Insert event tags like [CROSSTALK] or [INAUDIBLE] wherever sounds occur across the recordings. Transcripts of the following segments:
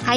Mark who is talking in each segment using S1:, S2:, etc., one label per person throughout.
S1: Hi,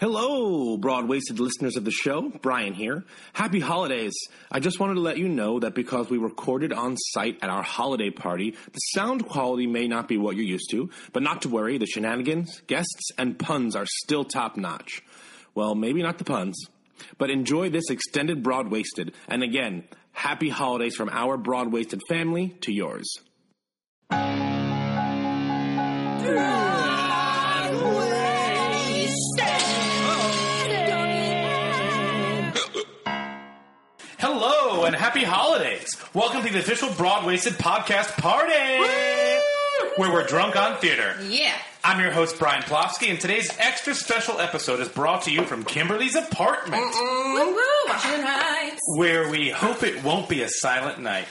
S2: Hello, broad-waisted listeners of the show. Brian here. Happy holidays. I just wanted to let you know that because we recorded on site at our holiday party, the sound quality may not be what you're used to, but not to worry, the shenanigans, guests, and puns are still top-notch. Well, maybe not the puns, but enjoy this extended broad-waisted. And again, happy holidays from our broad-waisted family to yours.
S3: Hello and happy holidays! Welcome to the official Broadwasted podcast party, where we're drunk on theater.
S4: Yeah.
S3: I'm your host Brian Plofsky, and today's extra special episode is brought to you from Kimberly's apartment,
S4: Woo woo, Washington Heights.
S3: where we hope it won't be a silent night.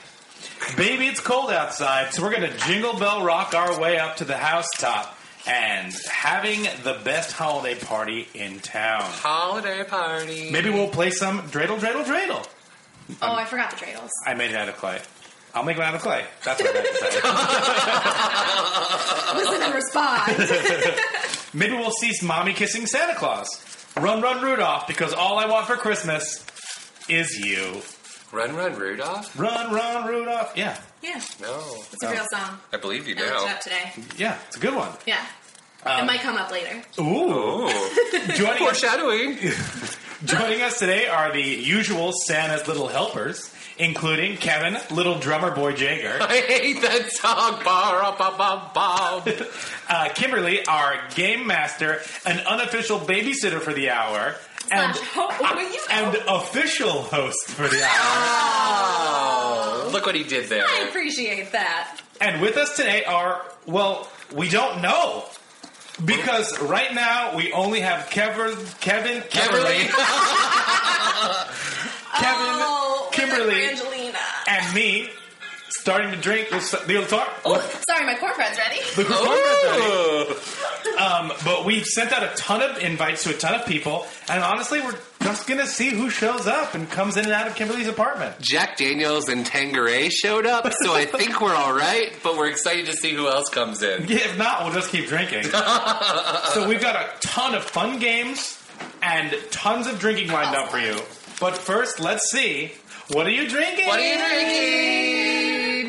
S3: Baby, it's cold outside, so we're gonna jingle bell rock our way up to the housetop and having the best holiday party in town.
S5: Holiday party.
S3: Maybe we'll play some dreidel, dreidel, dreidel.
S4: Oh, I forgot the dreidels.
S3: I made it out of clay. I'll make it out of clay. That's what I meant to say.
S4: Listen and
S1: [LAUGHS]
S4: respond.
S3: [LAUGHS] Maybe we'll see mommy kissing Santa Claus. Run, run, Rudolph, because all I want for Christmas is you.
S5: Run, run, Rudolph.
S3: Run, run, Rudolph. Yeah,
S4: yeah.
S5: No,
S4: It's a real song.
S5: I believe you
S4: I looked it
S5: now.
S4: up today.
S3: yeah, it's a good one.
S4: Yeah.
S3: Um,
S4: it might come up later.
S3: Ooh,
S5: Oh,
S3: [LAUGHS] joining us,
S5: foreshadowing.
S3: [LAUGHS] joining us today are the usual Santa's little helpers, including Kevin, little drummer boy Jager,
S5: [LAUGHS] I hate that song. Ba ba ba ba.
S3: uh, Kimberly, our game master, an unofficial babysitter for the hour, and
S4: Slash ho-
S6: [LAUGHS]
S4: will you-
S3: and official host for the hour.
S5: Oh. Look what he did there.
S4: I appreciate that.
S3: And with us today are, well, we don't know. Because right now we only have Kevin, Kevin,
S4: [LAUGHS]
S5: Kimberly.
S3: Kevin,
S4: oh, we're
S3: Kimberly,
S4: like Brangelina.
S3: [LAUGHS] and me starting to drink the the tar-
S4: Oh, sorry, my cornbread's ready.
S3: the
S1: Oh.
S3: cornbread buddy. Um, but we've sent out a ton of invites to a ton of people, and honestly, we're just gonna see who shows up and comes in and out of Kimberly's apartment.
S5: Jack Daniels and Tangeray showed up, so I think we're all right. But we're excited to see who else comes in.
S3: Yeah, if not, we'll just keep drinking. so we've got a ton of fun games and tons of drinking lined up for you. But first, let's see. What are you drinking?
S5: What are you drinking?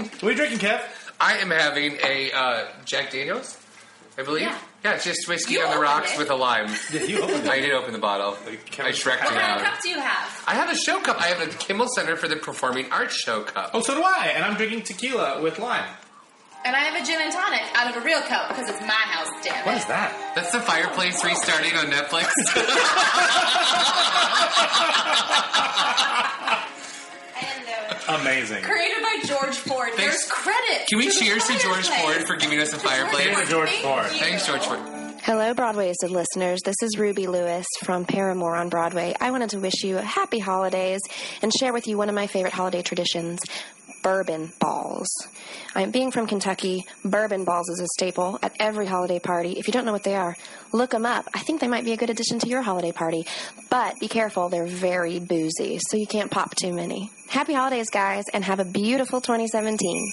S3: What are you drinking, Kev?
S5: I am having a uh, Jack Daniels, I believe.
S4: Yeah.
S5: Yeah, it's just whiskey
S4: You
S5: on the
S4: opened
S5: rocks
S4: it.
S5: with a lime.
S3: [LAUGHS] Yeah, you opened
S5: I did open the bottle. I
S3: Kevin-
S5: shreked
S4: What
S5: it
S4: kind of
S5: out.
S4: cup do you have?
S5: I have a show cup. I have a Kimmel Center for the Performing Arts show cup.
S3: Oh, so do I. And I'm drinking tequila with lime.
S4: And I have a gin and tonic out of a real cup because it's my house, damn it.
S3: What is that?
S5: That's the fireplace restarting on Netflix.
S4: And, uh,
S3: [LAUGHS]
S4: [LAUGHS]
S3: Amazing.
S4: Created by George Ford. There's
S5: Thanks.
S4: credit.
S5: Can we
S4: the
S5: cheers to George
S4: fireplace.
S5: Ford for giving us a
S4: To George
S5: fireplace?
S4: Ford.
S3: George
S4: Thank
S3: Ford.
S4: you.
S5: Thanks, George Ford.
S7: Hello, Broadwasted listeners. This is Ruby Lewis from Paramore on Broadway. I wanted to wish you happy holidays and share with you one of my favorite holiday traditions bourbon balls. I'm being from Kentucky. Bourbon balls is a staple at every holiday party. If you don't know what they are, look them up. I think they might be a good addition to your holiday party. But be careful, they're very boozy, so you can't pop too many. Happy holidays, guys, and have a beautiful 2017.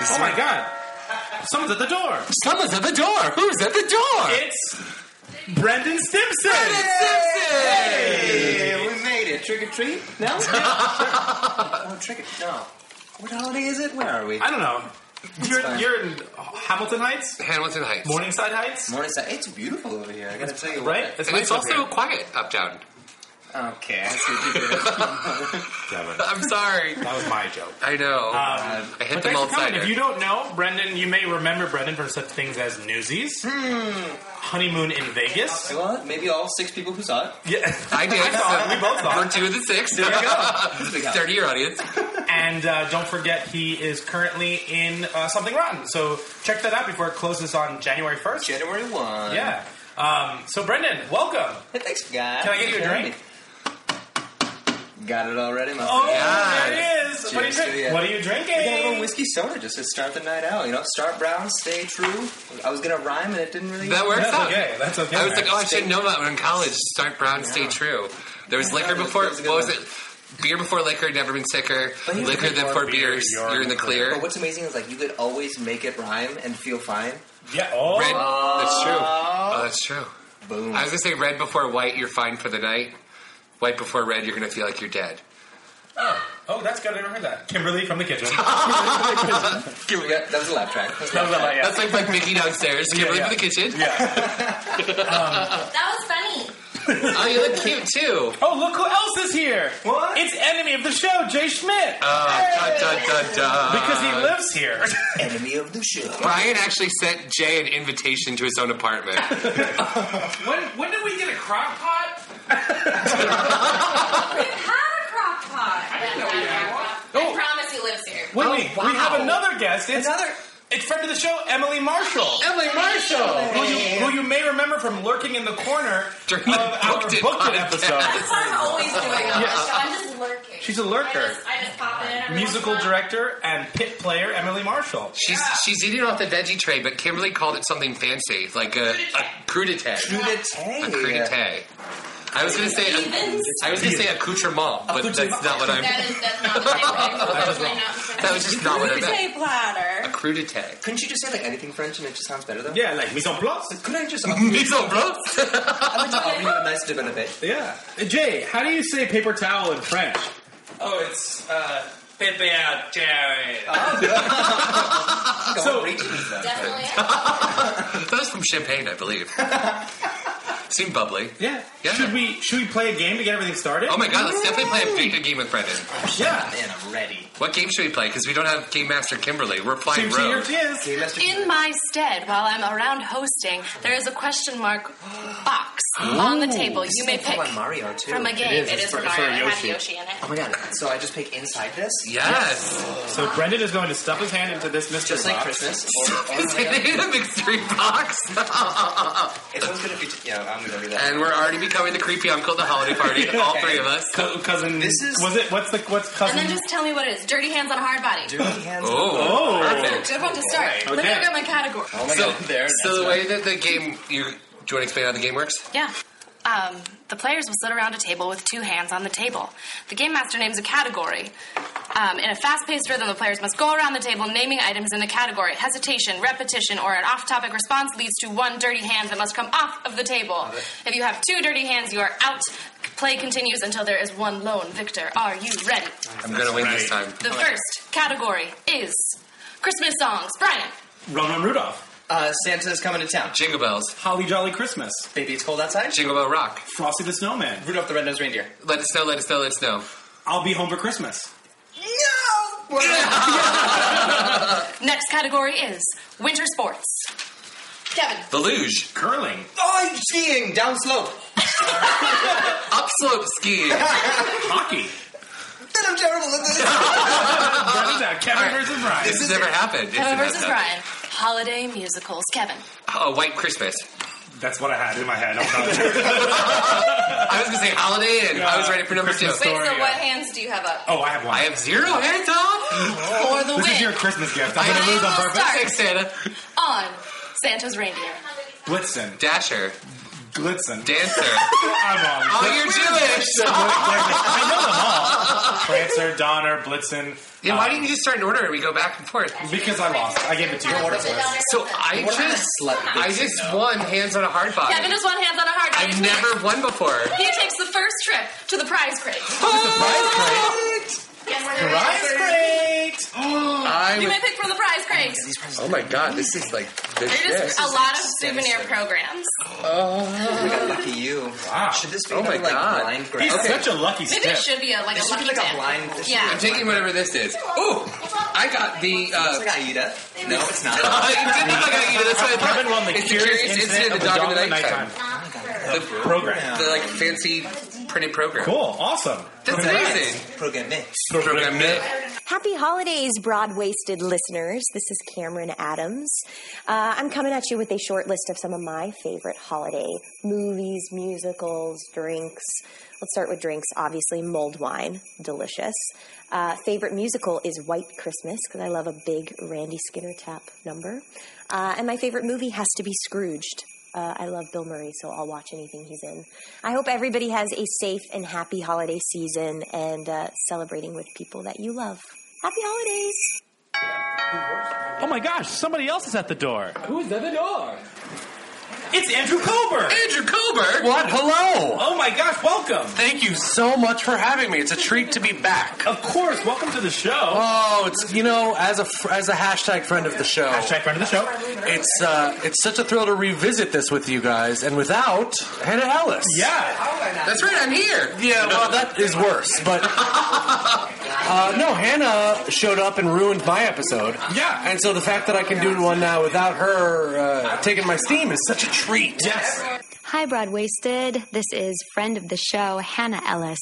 S3: Oh my god. Someone's at the door.
S5: Someone's at the door. Who's at the door?
S3: It's Brendan Simpson.
S5: Simpson.
S8: Yeah, we made it. Trick or treat?
S5: [LAUGHS]
S8: No? oh, trick or no. What holiday is it? Where are we?
S3: I don't know. You're,
S8: fine.
S3: you're in Hamilton Heights?
S5: Hamilton Heights.
S3: Morningside Heights?
S8: Morning side. It's beautiful over here. I gotta tell you.
S3: Right?
S5: And it's
S3: nice up
S5: also
S3: here.
S5: quiet uptown.
S8: What. Okay. I see what you did.
S5: [LAUGHS] I'm I'm sorry.
S3: That was my joke.
S5: [LAUGHS] I know.
S3: Um,
S5: Oh, I hit
S3: but
S5: the
S3: thanks
S5: malt
S3: for coming.
S5: cider.
S3: If you don't know, Brendan, you may remember Brendan for such things as Newsies,
S1: Hmm.
S3: Honeymoon in Vegas.
S1: Well, maybe all six people who saw it.
S3: Yeah.
S5: I did.
S3: saw it. We both saw it.
S5: We're two of the six.
S3: There
S5: [LAUGHS]
S3: you
S1: go.
S5: Third year audience.
S3: and uh, don't forget, he is currently in uh, Something Rotten. So check that out before it closes on January 1st.
S1: January 1.
S3: Yeah. Um, so, Brendan, welcome.
S1: Hey, thanks, guys.
S3: Can I get you a drink?
S1: Got it already, my
S3: Oh,
S1: friend.
S3: there it is. What are, you
S1: Cheers to
S3: drink-
S1: you.
S3: what are you drinking?
S1: I got a little whiskey soda just to start the night
S9: Oh,
S1: out. You know, start brown, stay true. I was gonna rhyme and it didn't really.
S5: That works
S3: That's
S5: out.
S3: okay. That's okay.
S5: I was like, oh, I should know that when in college. Start brown, stay true. There was liquor
S1: that was-
S5: before.
S1: that was a good
S5: What was
S1: one.
S5: it? Beer before liquor, never been sicker.
S1: But here's the
S5: Liquor
S1: thing,
S5: than
S3: you're
S5: four
S3: in
S5: beers,
S3: the
S5: you're,
S3: clear.
S5: in the clear.
S1: But what's amazing is like you could always make it rhyme and feel fine.
S3: Yeah. Oh.
S5: Red. That's true. Oh, that's true.
S1: Boom.
S5: I was gonna say red before white, you're fine for the night. White before red, you're gonna feel like you're dead.
S3: Oh, that's good. I never heard that. Kimberly from
S5: [LAUGHS]
S3: the kitchen.
S1: Yeah, that was a lap track. That was a laugh track.
S5: That's like like Mickey downstairs. Kimberly
S3: yeah.
S5: from the kitchen.
S4: That was funny.
S5: [LAUGHS] Oh, you look cute too.
S3: oh, look who else is here.
S1: What?
S3: It's enemy of the show, Jay Schmidt.
S5: Uh, da, da, da, da.
S3: because he lives here.
S1: Enemy of the show.
S5: Brian actually sent Jay an invitation to his own apartment. [LAUGHS]
S3: when when did we get a crock pot?
S4: We've had a crock pot. I didn't know we had one. I promise he lives here. Oh,
S3: Wait, wait, we have another guest. It's
S1: Oh, Another-
S3: It's friend of the show, Emily Marshall.
S5: Emily Marshall.
S3: Who you, who you may remember from lurking in the corner
S5: During
S3: of
S5: the
S3: our
S5: Booked It
S3: Booked It
S5: podcast.
S3: episode.
S4: [LAUGHS] That's what I'm always doing on the show. I'm just lurking.
S3: She's a lurker.
S4: I just, I just pop in. every
S3: Musical
S4: once in a while.
S3: director and pit player Emily Marshall.
S5: She's she's eating off the veggie tray, but Kimberly called it something fancy, like a, a crudité. A crudité. I was gonna say a,
S4: Heathens.
S5: I was gonna say accoutrement, but that's not what I'm.
S4: That is that's not the same thing. Definitely not the same
S5: That was wrong. That was
S4: thing.
S5: just not what I meant.
S4: Crudité platter.
S5: Crudité.
S1: Couldn't you just say like anything French and it just sounds better though?
S3: Yeah, like mise en place.
S1: Could I
S3: [LAUGHS]
S1: just?
S5: Mise en place.
S1: I'd like to offer you a nice dip in a bit.
S3: Yeah. Jay, how do you say paper towel in French?
S10: Oh, it's uh, Pepe out, Jerry.
S6: Oh,
S3: So-
S1: so, regions, though.
S4: Definitely.
S5: That was from Champagne, I
S3: [LAUGHS]
S5: believe. Seemed bubbly.
S3: Yeah.
S5: Yeah.
S3: Should we should we play a game to get everything started?
S5: Oh my god, let's definitely play a big game with Brendan.
S3: Yeah.
S1: Man, I'm ready.
S5: What game should we play? Because we don't have Game Master Kimberly. We're
S3: So
S5: flying
S3: here
S5: rogue.
S3: she is.
S1: Game Master
S11: In my stead, while I'm around hosting, there is a question mark box on the table. You may
S1: is like
S11: pick
S1: from Mario, too.
S11: from a
S1: It
S11: game.
S1: is.
S11: It
S1: It's
S11: is
S1: for-
S11: from
S1: it's
S11: Mario.
S1: for
S11: It had
S1: Yoshi.
S11: Yoshi in
S1: Oh
S11: it.
S1: my god! So I just pick inside this.
S5: Yes.
S3: So Brendan is going to stuff his hand into this mystery
S1: Just like
S3: box.
S1: Christmas. Or, or
S5: Is it in a mystery
S1: [LAUGHS]
S5: box?
S1: It's always gonna be. Yeah, I'm gonna do that.
S5: and we're already becoming the creepy uncle at the holiday
S3: [LAUGHS]
S5: party. All three of us.
S3: Co- cousin.
S1: This is-
S3: was it. What's the what's
S11: And
S3: cousin?
S11: then just tell me what it is. Dirty hands on a hard body.
S1: Dirty hands.
S5: Oh.
S3: Oh.
S5: Perfect.
S11: Good one to start. Let me
S3: Okay.
S11: look at my category.
S1: Oh my
S5: So,
S1: god! There.
S5: so the
S1: that's
S5: way that the game you. Do you want to explain how the game works?
S11: Yeah. Um, the players will sit around a table with two hands on the table. The game master names a category. Um, in a fast-paced rhythm, the players must go around the table naming items in the category. Hesitation, repetition, or an off-topic response leads to one dirty hand that must come off of the table. If you have two dirty hands, you are out. Play continues until there is one lone victor. Are you ready?
S5: I'm gonna win this time.
S11: The first category is Christmas songs. Brian,
S3: Run on Rudolph.
S1: Uh, Santa's coming to town.
S5: Jingle bells,
S3: Holly Jolly Christmas.
S1: Baby, it's cold outside.
S5: jingle bell rock.
S3: Frosty the Snowman.
S1: Rudolph the Red-Nosed Reindeer.
S5: Let us know. Let us know. Let us know.
S3: I'll be home for Christmas.
S1: No.
S11: [LAUGHS] next category is winter sports. Kevin,
S5: The luge,
S3: Curling.
S1: oh, skiing down
S3: [LAUGHS]
S1: slope.
S5: upslope skiing. [LAUGHS]
S3: Hockey.
S1: Then I'm terrible at this.
S11: [LAUGHS]
S3: Brendan's out. Kevin versus Ryan.
S5: This has never happened. It's
S11: Kevin
S5: never
S11: versus
S5: happened.
S11: Brian. Holiday musicals. Kevin.
S5: Oh, White Christmas.
S3: That's what I had in my
S5: [LAUGHS]
S3: head. I'm not-
S5: I was gonna say Holiday Inn. I was ready for number
S3: Christmas
S5: two.
S3: Story.
S4: Wait, so
S3: yeah.
S4: what hands do you have up?
S3: oh, I have one.
S5: I have zero hands off.
S11: For the
S3: this
S11: win
S3: is your Christmas gift. I'm
S5: I
S3: going to lose on
S11: will
S3: purpose.
S11: start.
S5: Thanks, Santa.
S11: on Santa's reindeer.
S3: Blitzen.
S5: Dasher,
S3: Blitzen.
S5: dancer.
S3: I'm on.
S5: Oh, you're Jewish. [LAUGHS]
S3: Prancer, Donner, Blitzen. Um,
S5: Yeah, why didn't you just start in order and we go back and forth?
S3: Because I lost. I gave it to you.
S5: So I just, I just won hands on a hard body.
S11: Kevin just won hands on a hard body.
S5: I've never won before.
S11: He takes the first trip to the prize crate.
S3: Surprise crate.
S11: Yes,
S3: Surprise crate.
S11: You may pick from the prize crate.
S9: Oh my god, this is like this.
S11: There is
S9: shit.
S11: a lot of souvenir programs.
S9: Oh.
S12: We got lucky you. Wow. Should this be
S9: Oh my
S12: another, like
S9: God.
S12: blind grab?
S9: He's such a lucky
S11: Maybe it should be a, like
S12: This
S11: a
S12: should
S11: lucky
S12: be like a
S11: dip.
S12: blind- this should
S11: Yeah.
S9: I'm taking whatever this is. Ooh, I got the. Uh,
S12: It's like Aida. No,
S9: [LAUGHS]
S12: it's not.
S9: it did look like Aida. That's what I thought.
S3: Robin won the
S9: it's
S3: Curious
S9: the curious
S3: Incident
S9: incident
S3: of
S9: of
S3: the
S9: dog in
S3: Dog
S9: the
S3: in the
S9: nighttime.
S12: Oh
S9: The
S3: program.
S9: the like fancy printed program.
S3: Cool. Awesome.
S9: That's amazing.
S12: Program mix.
S9: Program mix.
S13: Happy holidays, broad waisted listeners. This is Cameron Adams. Uh, I'm coming at you with a short list of some of my favorite holiday movies, musicals, drinks. Let's start with drinks. Obviously, mulled wine, delicious. Uh, favorite musical is White Christmas because I love a big Randy Skinner tap number. Uh, and my favorite movie has to be Scrooged. Uh, I love Bill Murray, so I'll watch anything he's in. I hope everybody has a safe and happy holiday season and uh, celebrating with people that you love. Happy holidays!
S3: Oh my gosh, somebody else is at the door.
S12: Who's at the door?
S3: It's Andrew Colbert.
S9: Andrew Colbert?
S3: What?
S9: Hello.
S3: Oh my gosh, welcome.
S9: Thank you so much for having me. It's a treat to be back.
S3: Of course, welcome to the show.
S9: Oh, it's you know, as a fr- as a hashtag friend of the show. Hashtag
S3: friend of the show.
S9: It's uh, it's such a thrill to revisit this with you guys, and without Hannah Ellis.
S12: Yeah.
S9: That's right, I'm here. Yeah, well, that is worse, [LAUGHS] but uh, no, Hannah showed up and ruined my episode. Yeah, and so the fact that I can do one now without her uh, taking my steam is such a treat. Yes.
S14: Hi, Broadwasted. This is friend of the show, Hannah Ellis,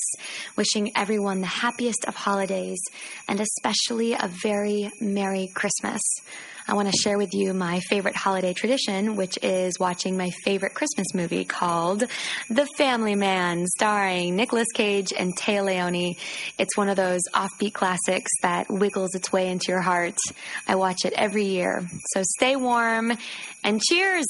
S14: wishing everyone the happiest of holidays and especially a very Merry Christmas. I want to share with you my favorite holiday tradition, which is watching my favorite Christmas movie called The Family Man, starring Nicolas Cage and Tay Leone. It's one of those offbeat classics that wiggles its way into your heart. I watch it every year. So stay warm and cheers!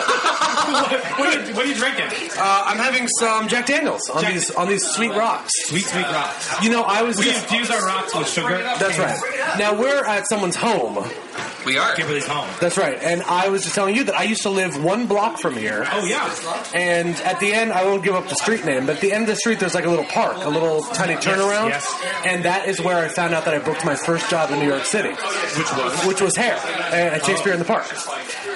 S3: what, are you, what are you drinking?
S9: Uh, I'm having some Jack Daniels on these on these sweet rocks.
S3: Sweet sweet rocks.
S9: You know, I was
S3: We
S9: just-
S3: infuse our rocks with sugar.
S9: That's right. Now we're at someone's home.
S3: We are. Kimberly's home.
S9: That's right. And I was just telling you that I used to live one block from here.
S3: Oh, yeah.
S9: And at the end, I won't give up the street name, but at the end of the street, there's like a little park, a little tiny turnaround.
S3: yes.
S9: And that is where I found out that I booked my first job in New York City. Which was? Which was hair and at Shakespeare in the Park.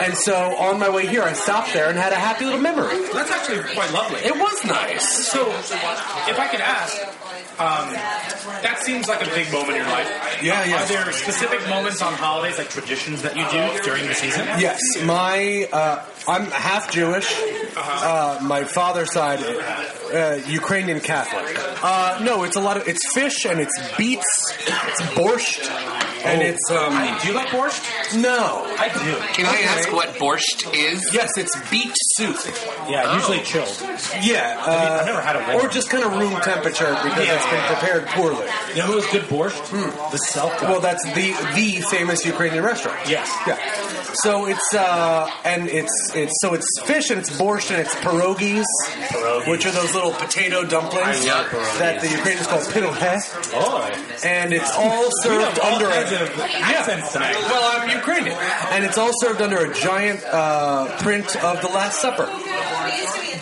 S9: And so on my way here, I stopped there and had a happy little memory.
S3: That's actually quite lovely.
S9: It was nice.
S3: So, if I could ask, um, that seems like a big moment in your life.
S9: Yeah, yeah.
S3: Are there specific moments on holidays, like traditions that you do during the season?
S9: Yes, my uh, I'm half Jewish.
S3: Uh-huh.
S9: Uh, my father's side, uh, Ukrainian Catholic. Uh, no, it's a lot of it's fish and it's beets, it's borscht, and
S3: Oh.
S9: it's. Um,
S3: do you like borscht?
S9: No,
S3: I do.
S9: Can I ask
S3: what
S9: borscht is? Yes, it's beet soup. Oh.
S3: Yeah, usually chilled.
S9: Yeah, uh,
S3: I've never had it warm.
S9: or just kind of room temperature because it's been prepared poorly. Hmm.
S3: You know who's good borscht? The Selka.
S9: Well, that's the the famous Ukrainian restaurant.
S3: Yes.
S9: Yeah. So it's uh and it's it's so it's fish and it's borscht and it's pierogies, which are those little potato dumplings
S3: I love pierogies. Oh,
S9: that the Ukrainians call pirohe. And it's all served
S3: all
S9: under
S3: kinds
S9: a
S3: of accents tonight.
S9: Well, I'm Ukrainian, and it's all served under a giant uh, print of the Last Supper.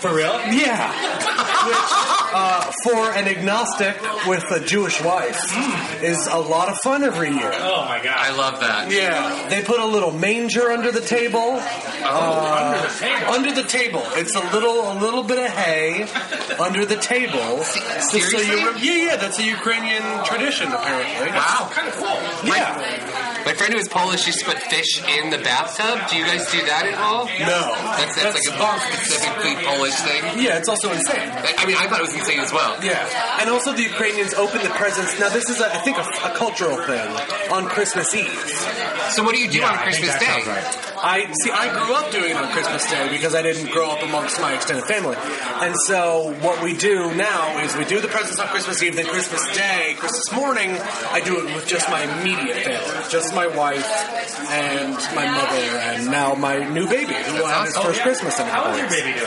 S3: For real?
S9: Yeah. Which, uh, for an agnostic with a Jewish wife, is a lot of fun every year.
S3: Oh my god.
S9: I love that. Yeah. They put a little manger under the table. Uh,
S3: Oh, under the table.
S9: Under the table. It's a little, a little bit of hay under the table. Just so
S3: seriously?
S9: you- yeah, yeah. That's a Ukrainian tradition, apparently.
S3: Wow. Kind of cool.
S9: Yeah.
S5: My friend who is Polish used to put fish in the bathtub. Do you guys do that at all?
S9: No.
S5: That's, that's, like a specifically Polish thing.
S9: Yeah, it's also insane.
S5: I I mean, I thought it was insane as well.
S9: Yeah, and also the Ukrainians open the presents. Now this is, a, I think, a, a cultural thing on Christmas Eve.
S5: So what do you do Yeah, on I think Christmas that Day?
S9: I see. I grew up doing it on Christmas Day because I didn't grow up amongst my extended family, and so what we do now is we do the presents on Christmas Eve. Then Christmas Day, Christmas morning, I do it with just my immediate family, just my wife and my mother, and now my new baby who will have his
S3: Oh,
S9: first
S3: yeah.
S9: Christmas in a
S3: How
S9: couple
S3: is your
S9: weeks.
S3: baby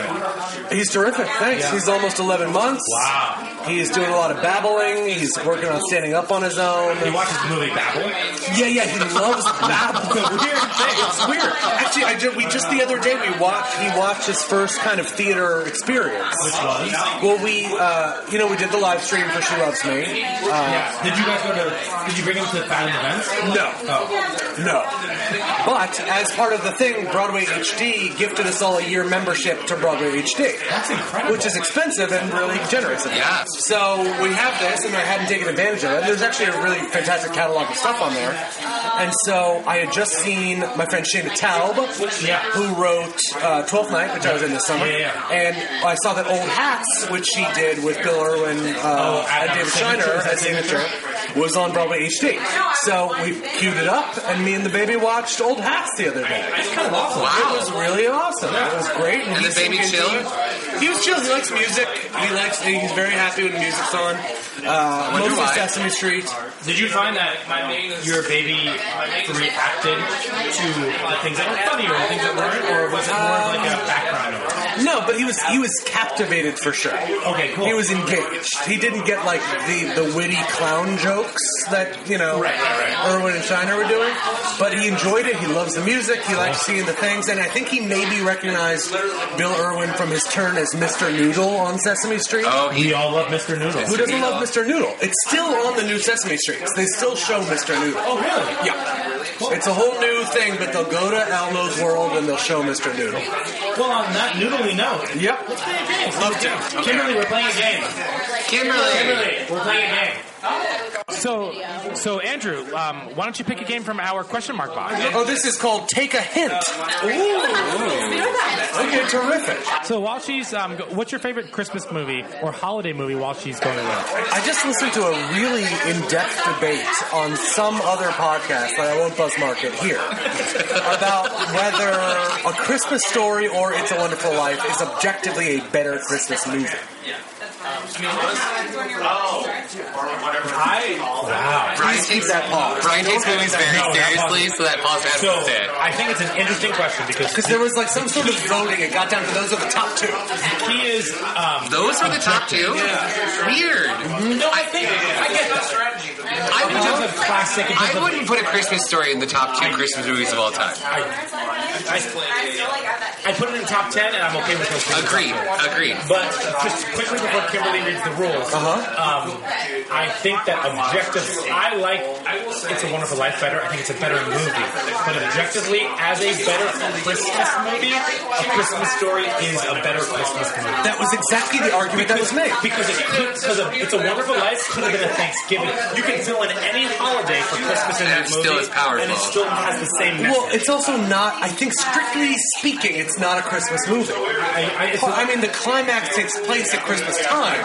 S3: doing?
S9: He's terrific. Thanks.
S3: Yeah.
S9: He's almost 11 months. Wow. He's doing a lot of babbling. He's working on standing up on his own. He
S3: watches the movie Babble?
S9: Yeah, yeah, he [LAUGHS] loves Babble.
S3: It's a weird thing.
S9: It's weird. Actually, I did, we just the other day we watched. He watched his first kind of theater experience.
S3: Which was?
S9: Well, we uh, you know we did the live stream for She Loves Me. Uh,
S3: yeah. Did you guys go to? Did you bring him to the fan events?
S9: No.
S3: Oh.
S9: No. But as part of the thing, Broadway HD gifted us all a year membership to Broadway HD.
S3: That's incredible.
S9: Which is expensive and really generous. of them.
S3: Yes.
S9: So we have this, and I hadn't taken advantage of it. There's actually a really fantastic catalog of stuff on there. And so I had just seen my friend Shana Taub, who wrote uh, Twelfth Night, which I was in this summer.
S3: Yeah, yeah.
S9: And I saw that old hats, which she did with Bill Irwin uh,
S3: Oh,
S9: and
S3: Adam
S9: David
S3: Signature,
S9: Shiner
S3: is that
S9: as signature, was on Broadway HD. So we queued it up, and me and the baby watched old hats the other day.
S3: kind of awesome.
S9: It was really awesome. It was great.
S5: And the
S9: he's
S5: baby
S9: singing-
S5: chilled?
S9: He was chill. He likes music. He likes. He's very happy when music's on. Uh,
S3: Wonder
S9: mostly
S3: why.
S9: Sesame Street.
S3: Did you find that your baby reacted to the things that were funny or the things that weren't, or was it more of like a background noise?
S9: No, but he was he was captivated for sure.
S3: Okay, cool.
S9: He was engaged. He didn't get like the, the witty clown jokes that you know Irwin and Shiner were doing, but he enjoyed it. He loves the music. He likes
S3: Uh-huh.
S9: seeing the things, and I think he maybe recognized Bill Irwin from his turn as Mr. Noodle on Sesame Street.
S5: Oh, he-
S3: We all love Mr. Noodle.
S9: Who doesn't love Mr. Noodle? It's still on the new Sesame Streets. They still show Mr. Noodle.
S3: Oh, really?
S9: Yeah. It's a whole new thing, but they'll go to Almo's World and they'll show Mr. Noodle.
S3: Well, on that noodly note,
S9: Yep.
S3: love to. Kimberly, we're playing a game.
S5: Kimberly.
S3: Kimberly, we're playing a game. So, so Andrew, um, why don't you pick a game from our question mark box?
S9: Oh, this is called Take a Hint. Okay, terrific.
S15: So while she's, um, go- what's your favorite Christmas movie or holiday movie while she's going away?
S9: I just listened to a really in-depth debate on some other podcast that I won't buzz market here about whether A Christmas Story or It's a Wonderful Life is objectively a better Christmas movie.
S3: Wow.
S5: Brian
S9: Please keep
S5: takes
S9: that pause.
S5: Brian takes movies very
S3: No, that pause-
S5: seriously, so that pause has
S3: So,
S5: to fit.
S3: I think it's an interesting question because
S9: Because there was like some sort
S3: [LAUGHS]
S9: of voting. It got down to those are the top two.
S3: he is. Um,
S5: Those are the top two. Weird.
S3: no, I think I get that strategy. I would have a classic. in terms
S5: I
S3: of-
S5: wouldn't put a Christmas story in the top two Christmas movies of all time.
S3: I put it in top ten, and I'm okay with those. things.
S5: Agreed. Agreed.
S3: But just quickly before Kimberly reads the rules,
S9: Uh-huh.
S3: um, I think that objectively, I like It's a Wonderful Life better. I think it's a better movie. But objectively, as a better Christmas movie, A Christmas Story is a better Christmas movie.
S9: That was exactly the argument that was made.
S3: Because it could, because of- It's a Wonderful Life could have been a Thanksgiving. You can fill in any holiday for Christmas in
S5: And
S3: that
S5: it
S3: movie,
S5: still is powerful.
S3: and it still has the same message.
S9: Well, it's also not. I think strictly speaking, it's not a Christmas movie.
S3: I-
S9: I,
S3: it's a-
S9: mean, the climax takes place at Christmas time,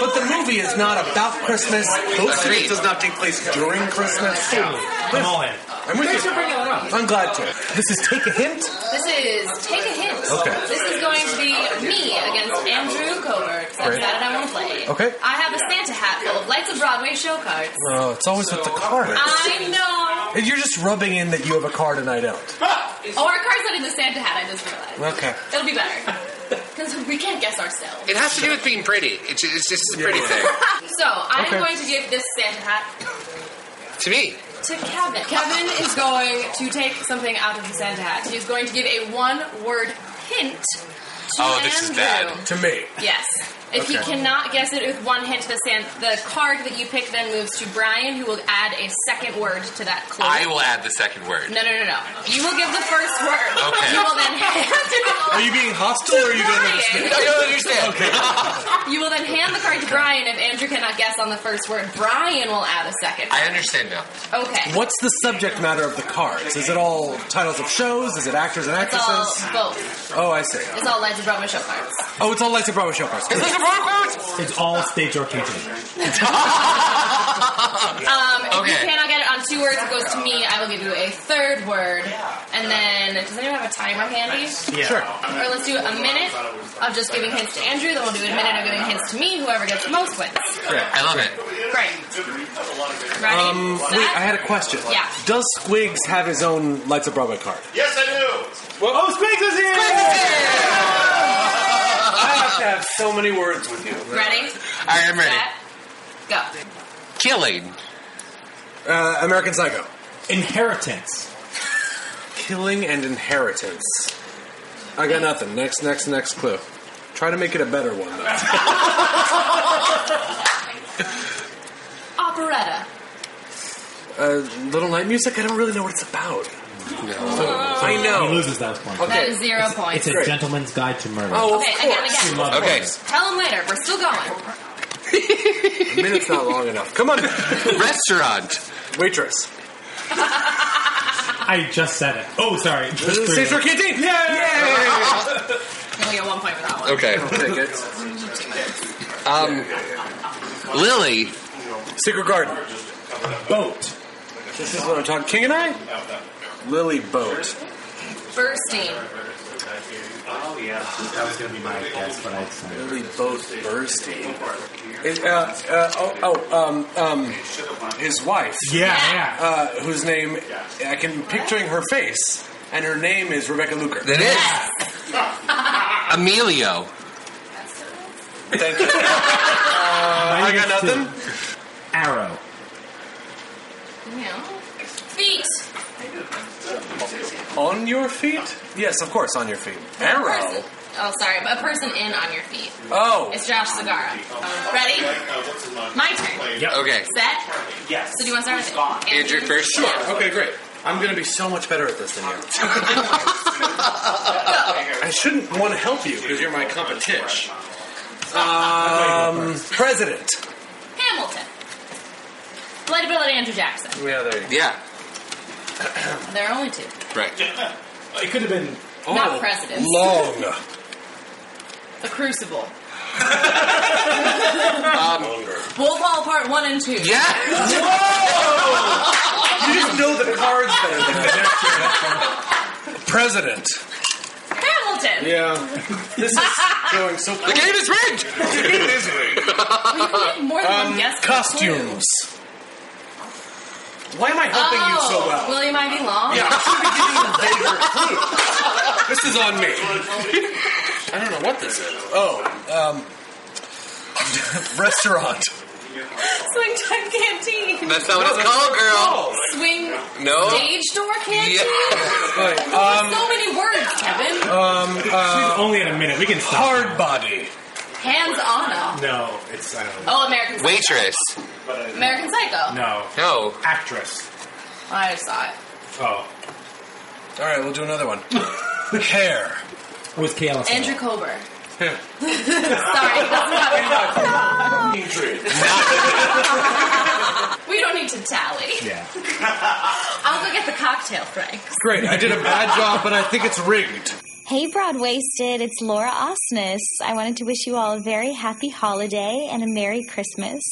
S9: but the movie is not about Christmas. Most of
S5: Agreed.
S9: it does not take place during Christmas.
S3: I'm all in.
S9: I'm with
S3: Thanks
S9: you.
S3: for bringing that up.
S9: I'm glad to. This is take a hint.
S11: This is Take a Hint.
S9: Okay.
S11: This is going to be me against Andrew Covert. I'm
S9: Great.
S11: sad and I want to play.
S9: Okay.
S11: I have a Santa hat full of Lights of Broadway show cards.
S9: Oh, it's always with the cards.
S11: I know.
S9: You're just rubbing in that you have a card and I don't.
S11: Or cards that in the Santa hat, I just realized.
S9: Okay.
S11: It'll be better.
S9: [LAUGHS]
S11: Because we can't guess ourselves.
S5: It has to do with being pretty. It's, it's just a pretty thing.
S11: [LAUGHS] So, I
S9: Okay.
S11: am going to give this Santa hat
S5: To me.
S11: to Kevin. Kevin is going to take something out of the Santa hat. He's going to give a one word hint to
S5: Oh, this is
S11: Andrew.
S5: bad.
S9: To me.
S11: Yes. If he
S9: Okay.
S11: cannot guess it with one hint, the sand, the card that you pick then moves to Brian, who will add a second word to that clue.
S5: I will add the second word.
S11: No, no, no, no. You will give the first word.
S5: Okay.
S11: You will then hand. [LAUGHS]
S9: Are you being hostile or are you going to
S11: Brian.
S5: I don't understand.
S11: You will then hand the card to Brian if Andrew cannot guess on the first word. Brian will add a second.
S5: I understand now.
S11: Okay.
S9: What's the subject matter of the cards? Is it all titles of shows? Is it actors and
S11: It's all
S9: actresses?
S11: both.
S9: Oh, I see.
S11: It's all Legends of Broadway show cards.
S9: Oh, it's all Lights of Broadway show cards.
S5: Is this a wrong quote?
S3: It's all stage or kitchen.
S11: Um, if
S5: Okay.
S11: you cannot get it on two words, it goes to me. I will give you a third word. And then, does anyone have a timer handy?
S3: Yeah.
S9: Sure.
S11: Or let's do a minute of just giving hints to Andrew, then we'll do a minute of giving hints to me. Whoever gets the most wins.
S5: I love it.
S11: Great. Ready?
S9: Um,
S11: Set?
S9: wait, I had a question.
S11: Yeah. Uh-huh.
S9: Does Squigs have his own Lights of Broadway card?
S16: Yes, I do.
S3: Well, oh, Squeaks is here!
S9: I have to have so many words with you.
S11: Ready?
S4: All right, I'm ready.
S5: Go.
S4: Killing.
S9: Uh, American Psycho.
S17: Inheritance.
S9: Killing and inheritance. I got nothing. Next, next, next clue. Try to make it a better one, though.
S11: Operetta.
S9: Uh, Little Night Music? I don't really know what it's about. I know.
S3: He loses that point.
S9: Okay.
S11: That is zero points.
S3: It's a gentleman's guide to murder.
S9: Oh,
S11: okay, again,
S3: She
S11: again.
S3: loves Okay. it.
S11: Tell him later. We're still going.
S9: A minute's not long
S11: [LAUGHS]
S9: enough. Come on.
S4: Restaurant.
S9: Waitress.
S3: I just said it. Oh, sorry.
S9: Caesar Canteen. Yay! Yay!
S5: I'm gonna get one point for that one.
S4: Okay. Um, Lily.
S9: Secret Garden. Boat. This is what I'm talking. King and I. Lily boat.
S11: Bursting.
S17: Oh, yeah. That was going to be my guess, but I decided.
S9: Lily boat bursting. It, uh, uh, oh, oh, um, um, his wife.
S3: Yeah, yeah.
S9: Uh, whose name I can picturing her face, and her name is Rebecca Luker.
S4: That is. Emilio. [LAUGHS]
S9: Thank you. Uh, I got nothing.
S3: Arrow.
S11: No. Feet.
S9: On your feet? Yes, of course, on your feet. Arrow.
S11: Oh, sorry. A person in on your feet.
S9: Oh.
S11: It's Josh Zagara. Ready? My turn.
S4: Okay.
S11: Set?
S9: Yes.
S11: So do you want to start with
S4: Andrew first?
S9: Sure. Okay, great. I'm going to be so much better at this [LAUGHS] than you. I shouldn't want to help you because you're my competition. Um, president.
S11: Hamilton. Relatability Andrew Jackson.
S9: Yeah, there you go.
S4: Yeah.
S11: There are only two.
S3: [LAUGHS]
S4: Right.
S17: It could have been.
S11: Not presidents.
S9: Long.
S11: The Crucible.
S4: Um,
S11: Wolf Hall Part 1 and 2.
S9: Whoa!
S4: [LAUGHS]
S9: You just know the cards better than me. President.
S11: Hamilton!
S9: Yeah. This is going so
S4: The game is rigged!
S9: [LAUGHS] it is rigged.
S11: We need more than one
S9: Um,
S11: guess.
S9: costumes. Why am I helping you so
S11: Oh,
S9: well?
S11: William Ivy Long?
S9: [LAUGHS] Yeah, I should be giving you vaguer clues. This is on me. I don't know what this is. Oh, um, [LAUGHS] restaurant.
S11: Swing Time Canteen.
S4: That's not what it's called, girl.
S11: Swing
S4: No.
S11: Stage Door Canteen.
S9: Right,
S11: There's
S9: um,
S11: so many words, Kevin.
S9: um, uh,
S3: Only in a minute. We can stop.
S9: hard body.
S11: Hands on.
S3: No, it's I don't know.
S11: Oh, American Psycho.
S4: Waitress.
S11: American Psycho.
S3: No,
S4: No.
S3: actress.
S11: I just saw it.
S3: Oh,
S9: All right, we'll do another one. Hair.
S3: was Kayla?
S11: Andrew Kober. Sorry,
S4: [LAUGHS]
S11: that's not We don't need to tally.
S3: Yeah.
S11: [LAUGHS] I'll go get the cocktail, Frank.
S9: Great, I did a bad job, but I think it's rigged.
S13: Hey, Broadwasted, it's Laura Osnes. I wanted to wish you all a very happy holiday and a Merry Christmas.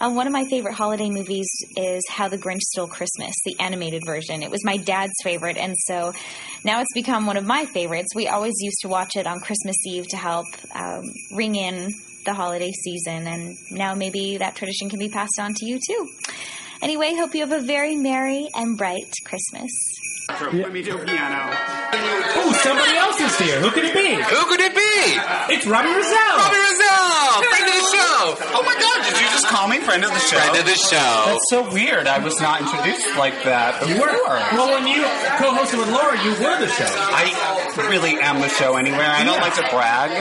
S13: Uh, one of my favorite holiday movies is How the Grinch Stole Christmas, the animated version. It was my dad's favorite, and so now it's become one of my favorites. We always used to watch it on Christmas Eve to help um, ring in the holiday season, and now maybe that tradition can be passed on to you too. Anyway, hope you have a very merry and bright Christmas.
S3: Oh, somebody else is here. Who could it be?
S4: Who could it be?
S3: It's Robbie Rizal.
S4: Bobby Rizal, friend of the show.
S12: Oh my god, did you just call me friend of the show?
S4: Friend of the show.
S12: That's so weird. I was not introduced like that before.
S3: You were. Well, when you co-hosted with Laura, you were the show.
S12: I really am the show anyway. I don't like to brag, [LAUGHS]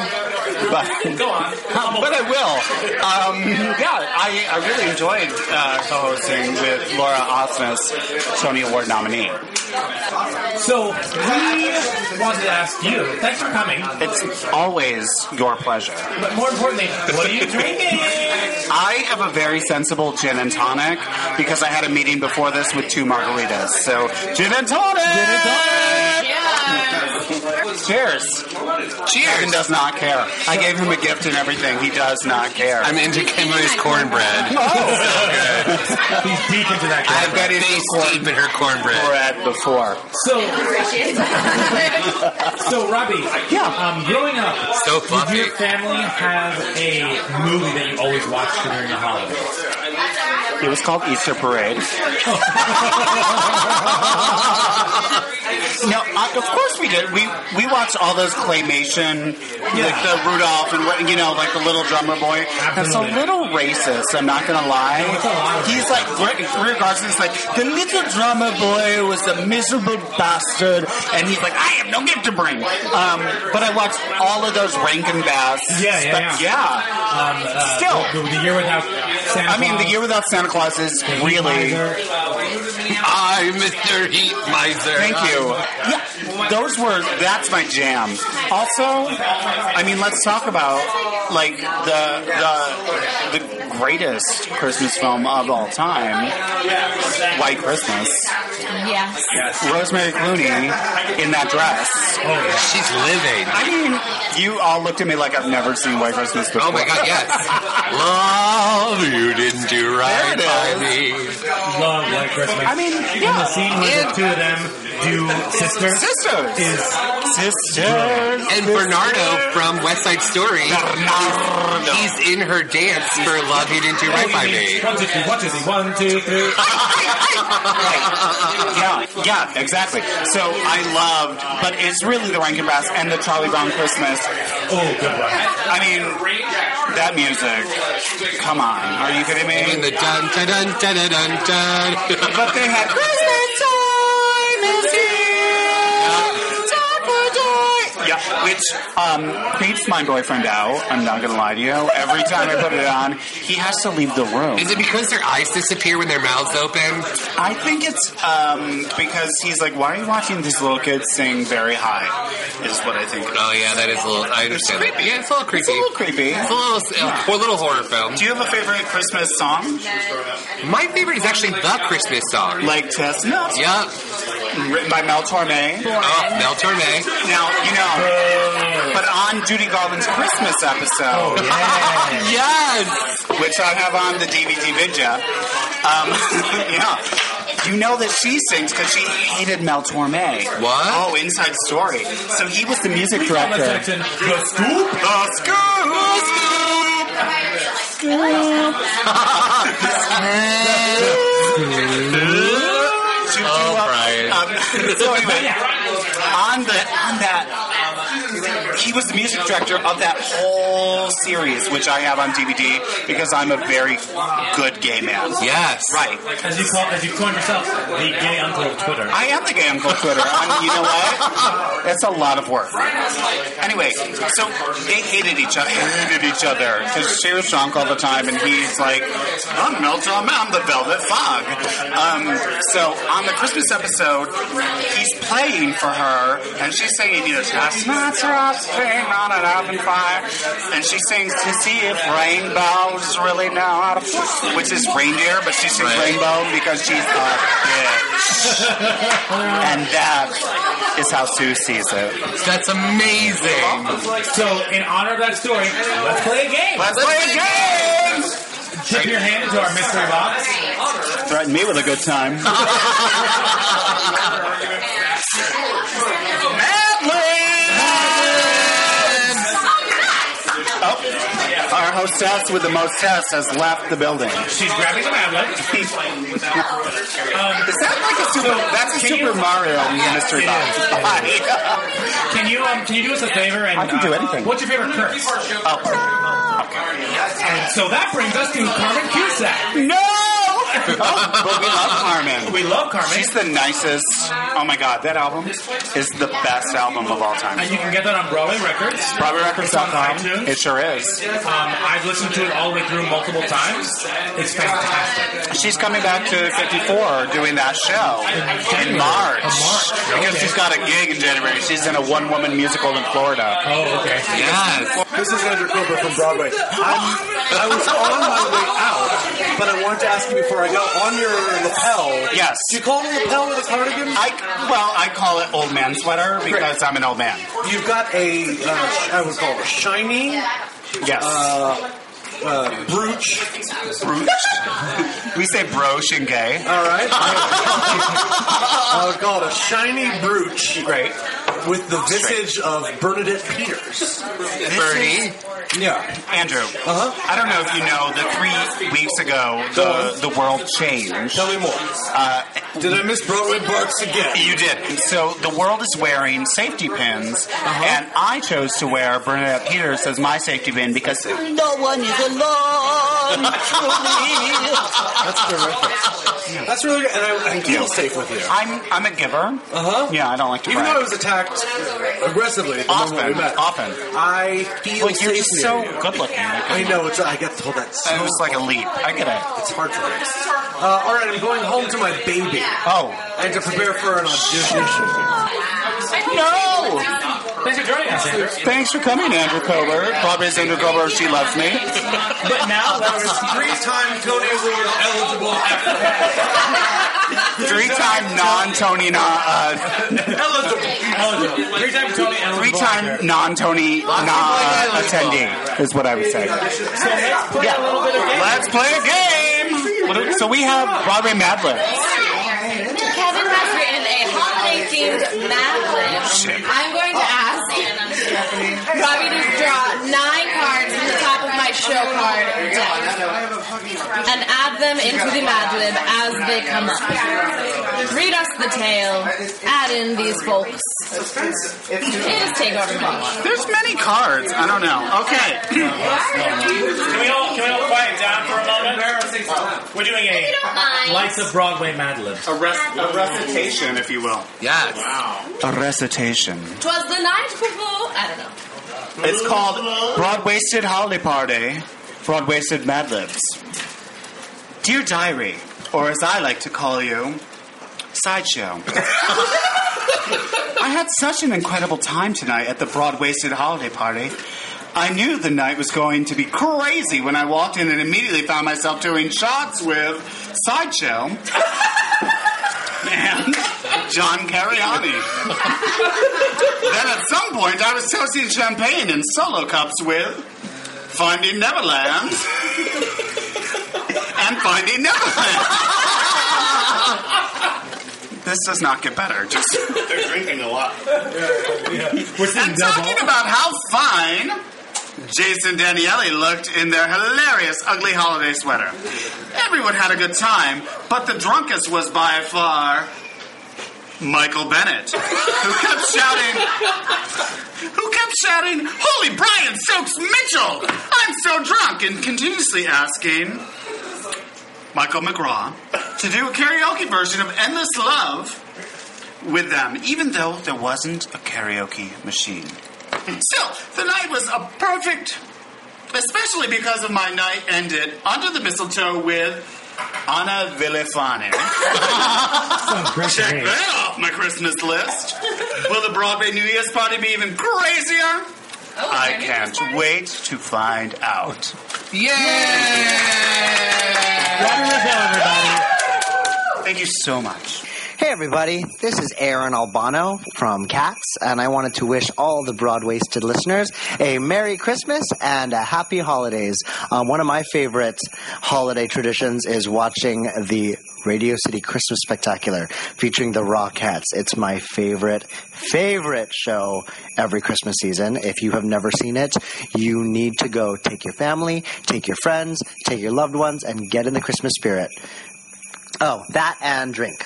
S12: but
S3: Go on.
S12: but I will. Um, yeah, I, I really enjoyed uh, co-hosting with Laura Osnes, Tony Award nominee.
S3: So we wanted to ask you. Thanks for coming.
S12: It's always your pleasure.
S3: But more importantly, what are you drinking?
S12: I have a very sensible gin and tonic because I had a meeting before this with two margaritas. So gin and tonic. Gin and tonic. Cheers. Kevin
S4: Cheers.
S12: does not care. I gave him a gift and everything. He does not care. Oh.
S4: I'm into Kimberly's cornbread.
S3: He's deep into that.
S12: I bet he's
S4: Face deep in her cornbread.
S12: bread before.
S3: So, so Robbie, yeah, um, growing up,
S4: So
S3: did
S4: fluffy.
S3: your family have a movie that you always watched during the holidays?
S12: It was called Easter [LAUGHS] Parade. No, I, of course we did. We we watched all those claymation, like the Rudolph and what you know, like the little drummer boy. That's a little racist. I'm not gonna lie. He's like Greer Garson's like the little drummer boy was a miserable bastard, and he's like I have no gift to bring. Um, but I watched all of those Rankin Bass.
S18: Yeah, yeah, yeah.
S12: spe- yeah.
S18: Um, uh,
S12: Still.
S18: the, the year without Santa
S12: I mean, the
S18: Claus.
S12: year without Santa Claus is really.
S5: I, Mr. Heat Miser.
S12: Thank you. Yeah, those were that's my jam. Also, I mean, let's talk about like the the the greatest Christmas film of all time, White Christmas.
S11: Yes.
S12: Rosemary Clooney in that dress. Oh,
S5: she's living.
S12: I mean, you all looked at me like I've never seen White Christmas before.
S5: Oh my God,
S12: [LAUGHS]
S5: yes. Love, you didn't do right by me.
S18: Love White Christmas.
S12: I mean,
S18: And
S12: yeah.
S18: the scene where the
S12: And-
S18: two of them do sister.
S12: Sisters.
S18: Is
S12: Sisters.
S5: And Bernardo from West Side Story, he's in her dance for Love You Didn't Do
S9: Oh,
S5: Right By Me.
S18: One, two, three, one, two, three, one, two,
S4: [LAUGHS]
S18: three.
S12: yeah, yeah, exactly. So I loved, but it's really the Rankin Bass and the Charlie Brown Christmas.
S18: Oh, good one.
S12: I mean, that music. Come on, are you kidding me?
S5: And the dun dun dun dun dun dun dun.
S12: But they
S5: [LAUGHS]
S12: had Christmas time is here. Time for joy. Yeah, which um, beats my boyfriend out. I'm not gonna lie to you. Every time I put it on, he has to leave the room.
S5: Is it because their eyes disappear when their mouths open?
S12: I think it's um, because he's like, why are you watching these little kids sing very high? Is what I think.
S5: Oh yeah, that is a little. I understand.
S12: It's creepy.
S5: Yeah, it's a little creepy. It's a little
S12: creepy.
S5: It's a little, uh, a little horror film.
S12: Do you have a favorite Christmas song?
S5: My favorite is actually the Christmas song.
S12: Like Chestnuts?
S5: Yep.
S12: Written by Mel Torme.
S5: Oh, Mel Torme.
S12: Now, you know, but on Judy Garland's Christmas
S5: Oh,
S12: episode. [LAUGHS]
S5: yes!
S12: Which I have on the DVD video. Um, [LAUGHS] yeah. You know that she sings because she hated Mel Torme. What? Oh, Inside Story. So he was the music director.
S18: The scoop.
S12: The scoop. to do
S4: Oh,
S12: up- um, [LAUGHS] so anyway, on the on that, he was the music director of that whole series, which I have on DVD because I'm a very good gay man.
S5: Yes,
S12: right.
S18: As you call, as you coined yourself, the gay uncle of Twitter.
S12: I am the gay uncle of Twitter. I mean, you know what? That's a lot of work. Anyway, so they hated each other. Hated each other because she was drunk all the time, and he's like, "I'm Melton. I'm the Velvet Fog." Um, so on the Christmas episode, he's playing for her, and she's singing, "You know, chestnuts are out swing on an open fire," and she sings to see if rainbows really know how to fly, which is reindeer, but she sings rainbow because she's a bitch. and that is how Sue sees it.
S5: That's amazing.
S18: So, in honor of that story, let's play a game.
S12: Let's play a game!
S18: Tip your hand into our mystery box.
S12: Threaten me with a
S18: [LAUGHS]
S12: good time. Oh, our hostess with the most tests has left the building.
S18: She's grabbing the tablet. um,
S12: Is that like a super? That's a
S18: can
S12: Super
S18: you-
S12: Mario mystery
S18: it is.
S12: box.
S18: Can you um, can you do us a favor? And,
S12: I can do
S18: uh,
S12: anything. Oh.
S18: what's your favorite curse? And so that brings us to Carmen Cusack. [LAUGHS]
S12: No. Oh, but we love Carmen.
S18: We love Carmen.
S12: She's the nicest. Oh my god, that album is the best album of all time.
S18: and you can get that on Broadway Records. It's on
S12: BroadwayRecords.com.
S18: iTunes.
S12: It sure is.
S18: Um, I've listened to it all the way through multiple times. It's fantastic.
S12: She's coming back to 54 doing that show in March. Because she's got a gig in January. She's in a one woman musical in Florida.
S18: Oh, okay.
S5: Yes.
S9: This is Andrew Cooper from Broadway. I'm, I was on my way out, but I wanted to ask you before I go on your lapel.
S12: Yes.
S9: Do you call it a lapel with a cardigan?
S12: I, well, I call it old man sweater because I'm an old man.
S9: You've got a, uh, sh- I would call it a shiny
S12: Yes.
S9: uh, uh, brooch.
S12: [LAUGHS] we say broche and gay. [LAUGHS]
S9: All right. I would call it a shiny brooch.
S12: Great.
S9: with the visage of Bernadette
S3: [LAUGHS]
S9: Peters.
S12: Bernie?
S9: Yeah. Uh-huh.
S12: Andrew, I don't know if you know that three weeks ago the, the world changed. Tell
S9: me more.
S12: Uh,
S9: did I miss Broadway Barks again?
S12: You did. So the world is wearing safety pins,
S9: Uh-huh.
S12: and I chose to wear Bernadette Peters as my safety pin because
S1: No one is alone, truly.
S9: That's terrific. That's really good. And I, I feel safe with you.
S12: I'm I'm a giver. Uh
S9: huh.
S12: Yeah, I don't like to.
S9: Even
S12: brag.
S9: though I was attacked aggressively the
S12: Often,
S9: moment we met.
S12: often.
S9: I feel
S12: Well, you're
S9: safe
S12: just
S9: near
S12: so
S9: you.
S12: good looking.
S9: I know. It's, I got told that. So
S12: It was like a leap. I get it.
S9: It's hard to resist. Uh, all right, I'm going home to my baby.
S12: Oh.
S9: And to prepare for an audition.
S12: No!
S3: Thanks for joining us, Andrew.
S12: Thanks for coming, Andrew Cobert. Broadway's Andrew Cobert. She loves me.
S3: But now
S9: That was three-time Tony Award eligible.
S12: Three-time non-Tony, non, uh,
S3: eligible. Three time Tony eligible.
S12: three-time non-Tony non-attendee is what I would say.
S3: So let's play a little bit of game.
S12: Let's play a game. What do- So we have Broadway Mad Libs.
S11: Kevin has written a holiday-themed map list. I'm going to ask Robbie to draw nine cards from the top of my show card deck and add them into the Mad Lib as they come up. Read us the tale. Add in these folks. It is takeover Mall.
S12: There's many cards. I don't know. Okay.
S3: Can we all can we all quiet down for a moment? We're doing a
S11: Um,
S18: Lights of Broadway Mad Libs.
S12: A, a recitation, if you will.
S5: Yes.
S12: A recitation.
S11: Twas the night before. I don't know.
S12: It's called Broad Wasted Holiday Party, Broad Wasted Mad Libs. Dear Diary, or as I like to call you, Sideshow. I had such an incredible time tonight at the Broad Wasted Holiday Party. I knew the night was going to be crazy when I walked in and immediately found myself doing shots with Sideshow [LAUGHS] and John Cariani. then at some point, I was toasting champagne in solo cups with Finding Neverland and Finding Neverland. This does not get better. Just they're drinking a lot.
S18: We're
S12: And talking about how fine Jason Daniele looked in their hilarious ugly holiday sweater. Everyone had a good time, but the drunkest was by far Michael Bennett, who kept shouting, who kept shouting, "Holy Brian Soaks Mitchell! I'm so drunk!" and continuously asking Michael McGraw to do a karaoke version of "Endless Love." with them, even though there wasn't a karaoke machine. so the night was a perfect, especially because of my night ended under the mistletoe with Anna Villefane.
S5: Oh,
S12: Check that off my Christmas list. Will the Broadway New Year's party be even crazier? I can't wait to find out. Thank you so much.
S1: Hey everybody, this is Aaron Albano from Cats, and I wanted to wish all the broad waisted listeners a Merry Christmas and a Happy Holidays. Um, one of my favorite holiday traditions is watching the Radio City Christmas Spectacular featuring the Rockettes. It's my favorite, favorite show every Christmas season. If you have never seen it, you need to go take your family, take your friends, take your loved ones, and get in the Christmas spirit. Oh, that and drink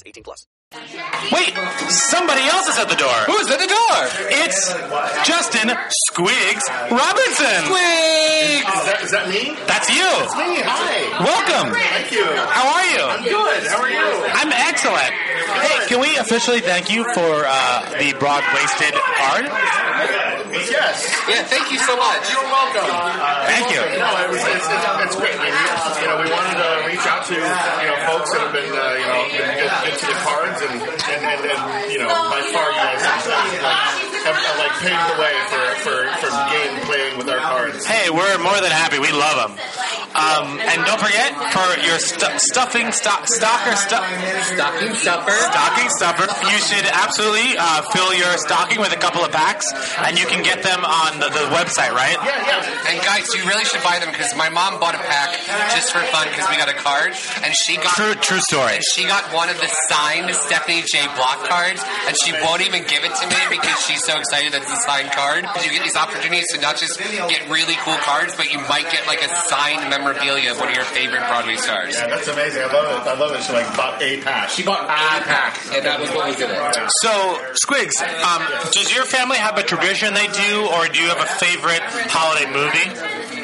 S19: restrictions 18 plus.
S3: Wait, somebody else is at the door.
S19: Who's at the door?
S3: It's Justin Squigs Robinson.
S5: Squigs!
S16: Is that, is that me?
S3: That's you.
S16: It's me. Hi.
S3: Welcome.
S16: Thank you.
S3: How are you?
S16: I'm good. How are you?
S3: I'm excellent. Hey, can we officially thank you for uh, the broad waisted card?
S16: Yes.
S5: Yeah, thank you so much.
S16: You're welcome.
S3: Thank you.
S16: No, it was, it's, it's, it's great. We, you know, we wanted to reach out to you know folks that have been uh, you know been good, good to the cards and and, and, and you know by far you guys have, like, have, have, like paved the way for, for, for game playing with our cards.
S3: Hey, we're more than happy. We love them. Um, and don't forget for your stu- stuffing sto- stocker stuff
S5: stocking stuffer
S3: stocking stuffer. You should absolutely uh, fill your stocking with a couple of packs, and you can get them on the, the website, right?
S5: And guys, you really should buy them because my mom bought a pack just for fun because we got a card, and she got
S3: True, true story.
S5: she got one of the signed Stephanie J. Block cards, and she won't even give it to me because she's so excited that it's a signed card. You get these opportunities to not just get really cool cards, but you might get like a signed memorabilia of one of your favorite Broadway stars.
S16: Yeah, that's amazing. I love it. I love it. She like bought a pack. She
S5: bought a pack, and that was what we did. It.
S3: So, Squigs, um, does your family have a tradition they do, or do you have a favorite holiday movie?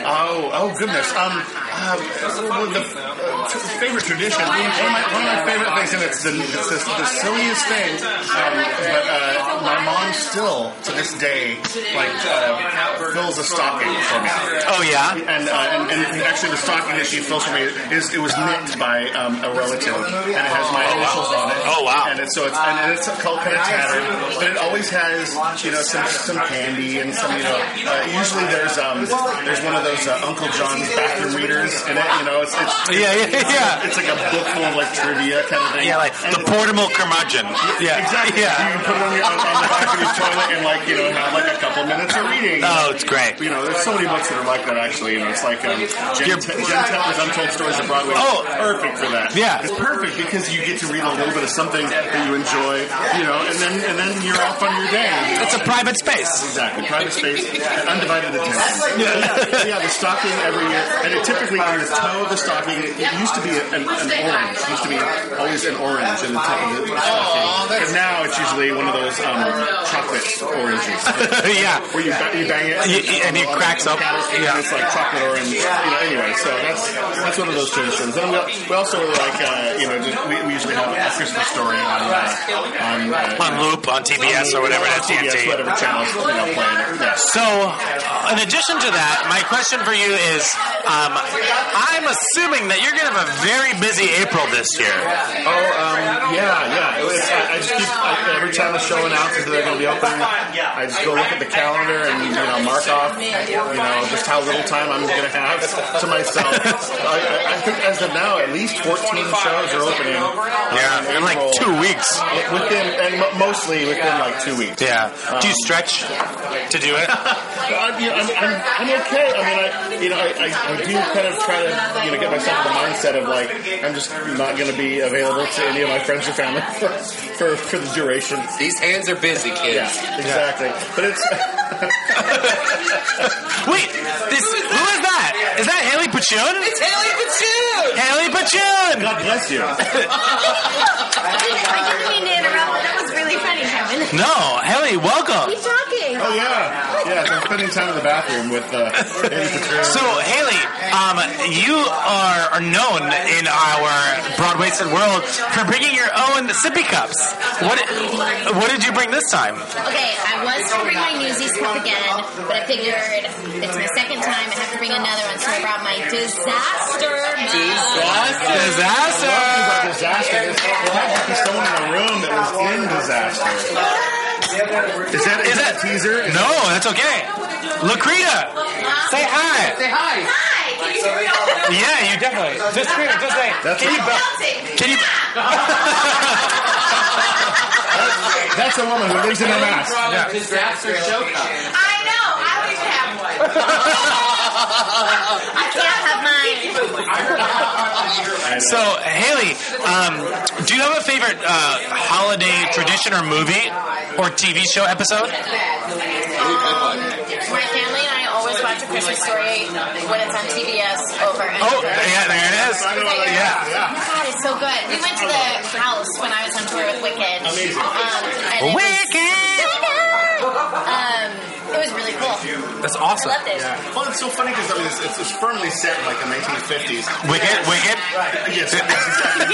S16: Oh, oh goodness. Um, um well, the uh, t- favorite tradition. One of, my, one of my favorite things, and it's the, it's the, the silliest thing, um, but uh, my mom still to this day like uh, fills a stocking for me.
S3: Oh yeah.
S16: And, uh, and and actually, the stocking that she fills for me is it was knit by um, a relative, and it has my initials on it.
S3: Oh wow.
S16: And it's so it's and it's kind of tattered, but it always has you know some some candy and some you know uh, usually there's um there's one of those uh, Uncle John's bathroom readers in it. You know, it's, it's
S3: [LAUGHS] Yeah, yeah,
S16: it's,
S3: yeah.
S16: It's like a book full of like trivia kind of thing.
S3: Yeah, like
S16: And-
S3: the portable curmudgeon. Yeah,
S16: Exactly. You
S3: Yeah.
S16: can put it on, your, on, on the back of your toilet and like you know have like a couple minutes of reading.
S3: Oh, it's great.
S16: You know, there's so many books that are like that. Actually, you know, it's like um, Jen,
S3: Your-
S16: Te- Jen Teller's Untold Stories of Broadway.
S3: Oh.
S16: It's perfect for that.
S3: Yeah.
S16: it's perfect because you get to read a little bit of something that you enjoy. You know, and then and then you're off on your day.
S3: It's a private space.
S16: Exactly, private space, undivided
S3: [LAUGHS]
S16: attention. Yeah, yeah, the stocking every year, and it typically on the toe of the stocking. It used to be an, an orange, it used to be always an orange in the top of the stocking, and now it's usually one of those um, chocolate oranges.
S3: [LAUGHS] Yeah.
S16: where you, ba- you bang it
S3: Y- y- and it cracks up.
S16: Yeah, it's like chocolate orange. You know, anyway, so that's that's one of those traditions. And we, we also like uh, you know just, we, we usually have a Christmas story on uh, on, uh,
S3: On loop on TBS or whatever that's
S16: TBS,
S3: TNT.
S16: whatever channel's you know, playing it. Yeah.
S3: So, in addition to that, my question for you is um, I'm assuming that you're going to have a very busy April this year.
S16: Oh, um, yeah, yeah. It was, I, I just keep, I, every time the show announces that they're going to be opening, I just go look at the calendar and, you know, mark off, you know, just how little time I'm going to have to myself. I, I- I think as of now, at least 14 shows are opening.
S3: Yeah, in like two weeks.
S16: Within, and mo- mostly within like two weeks.
S3: Yeah. Do you
S16: Um,
S3: stretch to do it?
S16: [LAUGHS] I'm, you know, I'm, I'm, I'm okay. I mean, I, you know, I, I, I do kind of try to, you know, get myself in the mindset of like, I'm just not going to be available to any of my friends or family [LAUGHS] for, for, for the duration.
S5: These hands are busy,
S16: Yeah,
S5: kids.
S16: exactly. But it's
S3: Wait, this, who is that? Is that Haley Pachun?
S5: It's Haley Patoon!
S3: Haley Pachun!
S16: God bless you.
S20: I didn't mean to interrupt, but that was really funny, Kevin.
S3: No, Haley, welcome.
S20: Keep talking.
S16: Oh yeah, yeah. so I'm spending time in the bathroom with uh, [LAUGHS] Eddie Petrone.
S3: [LAUGHS] So, Haley, um, you are, are known in our Broadwasted world for bringing your own sippy cups. What, what did you bring this time?
S4: Okay, I was going to bring my Newsies cup again, but I figured it's my second time. I have to bring another one, so I brought my disaster mug.
S3: Disaster!
S16: About disaster. There's not to be someone in the room that was in disaster. Is that is, that, a teaser? Is
S3: No, that's okay. Lakrita, say hi.
S5: Say hi.
S4: Hi, can you hear me? all
S3: Yeah, you definitely. Just scream. Just say.
S16: That's
S3: can you?
S4: bouncing?
S3: Can you?
S16: That's a woman who lives in a mask.
S5: Yeah. Disaster show cup.
S4: I know. I don't even have one. I can't have
S3: [LAUGHS]
S4: mine.
S3: So, Haley, um, do you have a favorite uh, holiday tradition or movie
S16: [LAUGHS]
S3: or TV show episode?
S4: Um, my family and I always watch
S21: watch a Christmas story when it's on TBS over and
S3: Oh,
S21: over. oh
S3: yeah, there it is. Yeah.
S21: God, it's so good. We went to the house when I was on tour with Wicked.
S3: Amazing.
S21: Um, and it was- I know. Um, it was really cool.
S16: That's awesome.
S21: I loved it.
S16: Well, it's so funny because I mean, it's, it's, it's firmly set in like the 1950s.
S3: Wicked, wicked.
S16: Right. Yes. yes,
S3: [LAUGHS]
S16: exactly.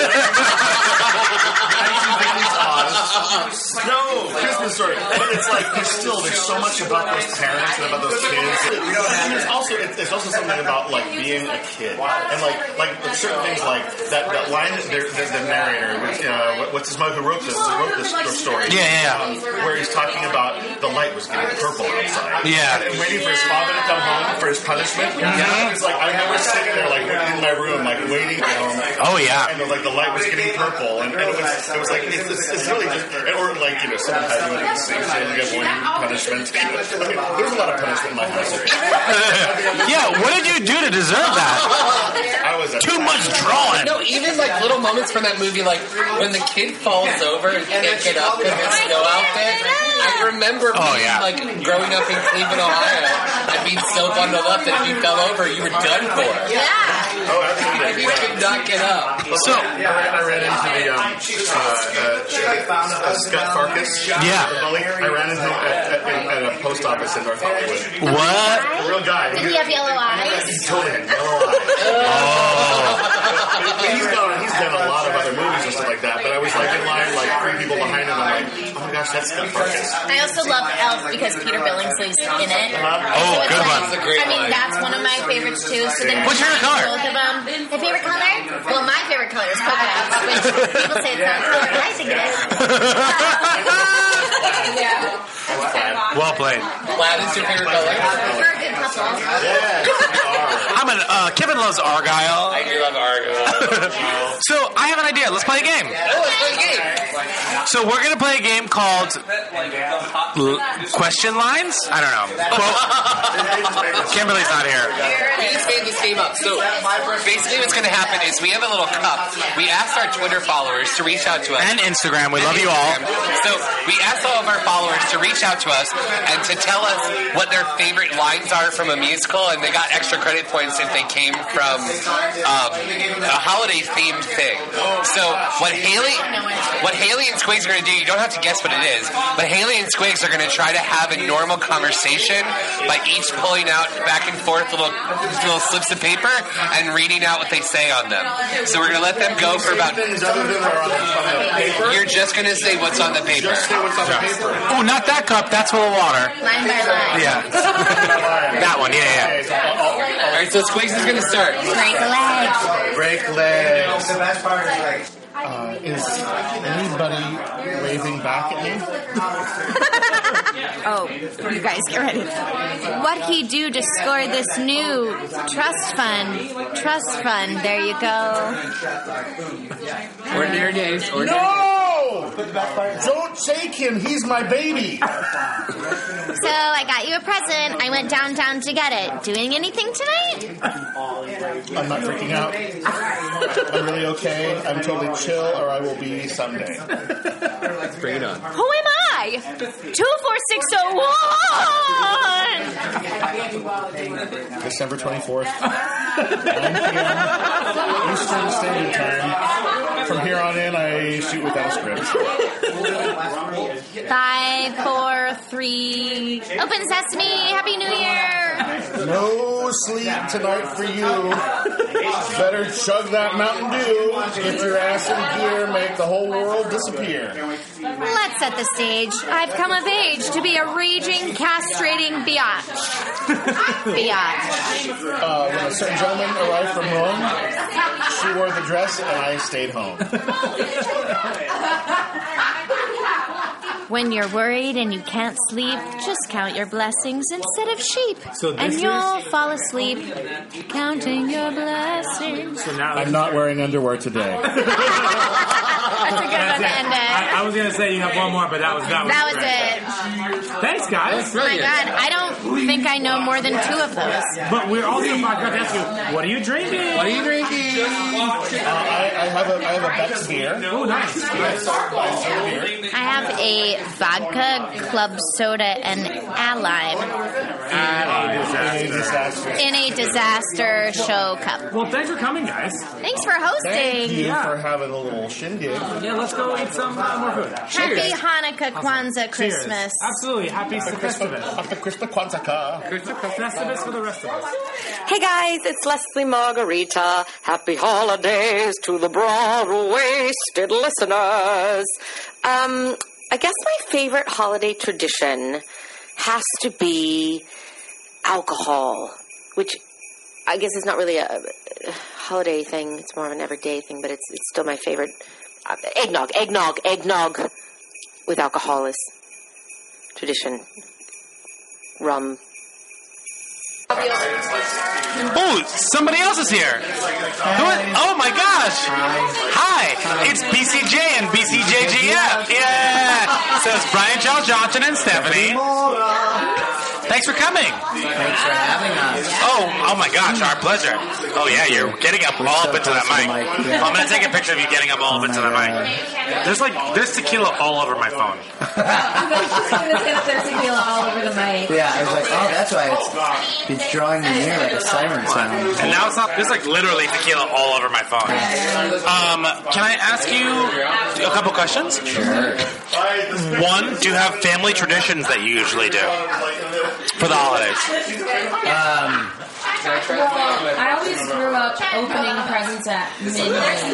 S16: 1950s Oz. No, Oh, Christmas story. But it's like there's still there's so much about those parents and about those kids. And There's also it's there's also something about like being a kid and like like certain things like that, that line that they're- that the narrator, which, uh, what- what's his mother who wrote this who wrote this story?
S3: Yeah, yeah, yeah.
S16: Um, where he's talking about the light was getting purple outside.
S3: Yeah.
S16: And waiting for his father to come home for his punishment. Yeah. It's like I remember sitting there like in my room like waiting for him.
S3: Oh, yeah.
S16: And like the light was getting purple and, and it was it was like it's, it's, it's really just or like you know sometimes you get sick so you get one punishment. I mean, there's a lot of punishment in my house.
S3: yeah, what did you do to deserve that?
S16: I was
S3: Too much drawing.
S1: No, even like little moments from that movie, like when the kid falls over and can't get up in his snow outfit. I remember
S3: Oh,
S1: being,
S3: yeah.
S1: like growing up in Cleveland, Ohio, and being so bundled up that if you fell over, you were done for.
S3: Oh,
S16: Yeah.
S1: You could not get up.
S16: So I ran into the um, uh, uh, uh, Scott Farkas.
S3: Yeah.
S16: the bully. I ran into him at, at, at, at a post office in North Hollywood.
S3: What?
S16: A real guy.
S21: Did he have yellow
S3: [LAUGHS]
S21: eyes?
S16: Totally had yellow eyes. But he's done he's done a lot of other movies and stuff like that. But I was like in line, like three people behind him. I'm like, oh my gosh, that's Scott Farkas.
S21: I also love Elf because Peter Billingsley's in it.
S16: Oh,
S21: it's
S16: good
S21: like-
S16: one. That's a great
S21: I mean,
S16: line.
S21: that's one of my favorites too. So then
S3: What's your
S21: combining
S3: color?
S21: Both of them. My favorite color? Well, my favorite color is coconut,
S4: Ah.
S21: which people say it's not a color, but I think it
S16: [LAUGHS]
S21: is. yeah.
S3: Well played.
S1: Glad it's your favorite color.
S21: We're a good couple.
S3: I'm an uh, Kevin loves Argyle. I do love Argyle. [LAUGHS] so I have an idea. Let's play a game.
S1: "Oh,
S3: So we're gonna play a game called L- Question Lines. I don't know. Quote. Kimberly's not here.
S1: We just made this game up. So
S5: Basically, what's going to happen is we have a little cup. We asked our Twitter followers to reach out to us.
S3: And Instagram, we love you all.
S5: So we asked all of our followers to reach out to us and to tell us what their favorite lines are from a musical, and they got extra credit points if they came from um, a holiday themed thing. So what Haley, what Haley and Squigs are going to do, you don't have to guess what it is, but Haley and Squigs are going to try to have a normal conversation by each pulling out back and forth little little slips of paper and reading out what they say on them. So we're going to let them go for about. You're just going to say what's on the paper.
S3: Oh, not that cup. That's full of water.
S21: Line by line.
S3: Yeah. [LAUGHS] that one. Yeah, yeah.
S1: All right, so Squigs is going to start.
S21: Break a leg.
S16: Break legs. The best part is like. Uh, is anybody waving back at
S4: oh, you guys get ready. What he do to score this new trust fund? Trust fund. There you go.
S1: Ordinary days. Ordinary
S16: No! Don't shake him. He's my baby.
S4: So I got you a present. I went downtown to get it. Doing anything tonight?
S16: I'm not freaking out. I'm really okay. I'm totally chill, or I will be someday. Bring it on.
S4: Who am I? Two four six oh one.
S16: December 24th. 9 p.m. Eastern Standard Time. From here on in, I shoot without a script.
S4: Five four three. Open sesame. Happy New Year.
S16: No sleep tonight for you. Better chug that Mountain Dew. Get your ass in gear. Make the whole world disappear.
S4: Let's set the stage. I've come of age to be a raging, castrating biatch. biatch.
S16: Uh, when a certain gentleman arrived from Rome, she wore the dress, and I stayed home.
S4: When you're worried and you can't sleep, just count your blessings instead of sheep.
S16: So this
S4: and
S16: is-
S4: you'll fall asleep counting your blessings.
S16: [LAUGHS] I'm not wearing underwear today.
S4: That's a good one to end it.
S22: I, I was gonna say you have one more, but that was that was.
S4: That was
S22: great.
S4: it.
S22: Thanks, guys.
S4: Oh my god, I don't think I know more than two of those.
S22: But we're also about to ask you, what are you drinking?
S1: What are you drinking?
S23: Uh, I have a, I have a Beck's beer. Oh, nice.
S4: I have a vodka, club soda, and ally
S23: Any disaster.
S4: in a disaster show cup.
S16: Well, thanks for coming, guys.
S4: Thanks for hosting.
S23: Thank you
S4: Yeah.
S23: for having a little shindig.
S16: Yeah, let's go eat some uh, more food.
S4: Happy Hanukkah, Kwanzaa, Christmas.
S16: Absolutely. Happy Festivus.
S23: After Christmas Quantica.
S16: Festivus for the rest of us.
S11: Hey guys, it's Leslie Margarita. Happy holidays to the Broadway wasted listeners. Um, I guess my favorite holiday tradition has to be alcohol, which I guess is not really a a holiday thing. It's more of an everyday thing, but it's it's still my favorite. Uh, eggnog, eggnog, eggnog with alcohol is tradition. Rum.
S3: Oh, somebody else is here. Who is, oh my gosh. Hi, it's BCJ and BCJGF. Yeah. So it's Brian Joel Johnson and Stephanie. Thanks for coming. Thanks for having us. Oh, oh my gosh, our pleasure. Oh yeah, you're getting up all up into that mic. Well, I'm gonna take a picture of you getting up all up into that mic. There's like there's tequila all over my phone.
S24: there's tequila all over the mic.
S3: Yeah,
S1: I was like, oh, that's why it's, it's drawing the ear like a siren sound.
S3: And now it's not. There's like literally tequila all over my phone. Um, can I ask you a couple questions? Sure. One, do you have family traditions that you usually do for the holidays? Um,
S25: Well, I always grew up opening presents at midnight.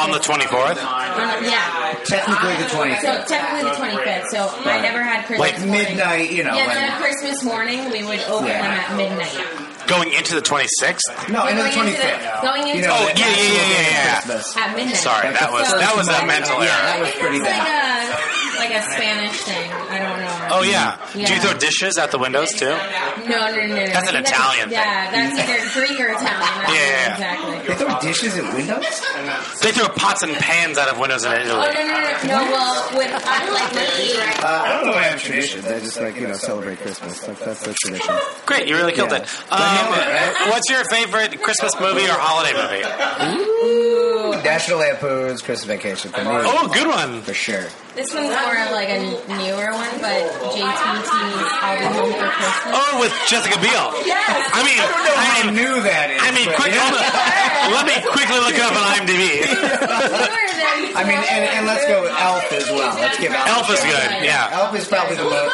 S3: on the 24th.
S25: Um, yeah.
S1: Technically the
S25: So
S1: 25th.
S25: technically the 25th. So I never had Christmas.
S1: Like midnight, you know.
S25: yeah,
S1: when-
S25: then on Christmas morning we would open
S3: Yeah.
S25: them at midnight.
S3: Going into the 26th?
S25: No, into the Going into the- 25th. going into-
S3: oh, yeah, yeah, yeah, yeah, yeah.
S25: At midnight.
S3: Sorry, that was that was a mental error.
S25: I think it's like a like a Spanish thing. I don't know.
S3: Oh yeah. Do you
S25: Yeah.
S3: throw dishes out the windows too?
S25: No, no, no, no.
S3: That's an
S25: I think
S3: Italian
S25: Yeah, that's either Greek or Italian. right?
S3: Yeah, yeah, yeah.
S25: exactly.
S3: They throw dishes at windows? They throw pots and pans out of windows in
S25: Oh
S3: Italy.
S25: no, no, no, no. no, Well, with I like
S1: Uh, I don't know if I have traditions. I just like, you know, celebrate Christmas. Like, that's the tradition.
S3: Great, you really killed
S1: Yeah.
S3: it. Um, what's your favorite Christmas movie or holiday movie?
S1: Ooh, National Lampoon's Christmas Vacation for me.
S3: Oh, good one.
S1: For sure.
S25: This one's more like a newer one, but JTT's I'll Be Home for Christmas.
S3: Oh, with Jessica Biel.
S25: Yes.
S3: I mean, I don't know I,
S1: knew that.
S3: I mean, quick, [LAUGHS] let me quickly look it up on IMDb.
S1: I mean, and, and let's go with Elf as well. Let's give Elf.
S3: Elf
S1: a
S3: is
S1: shot.
S3: good, yeah.
S1: Elf is probably the most.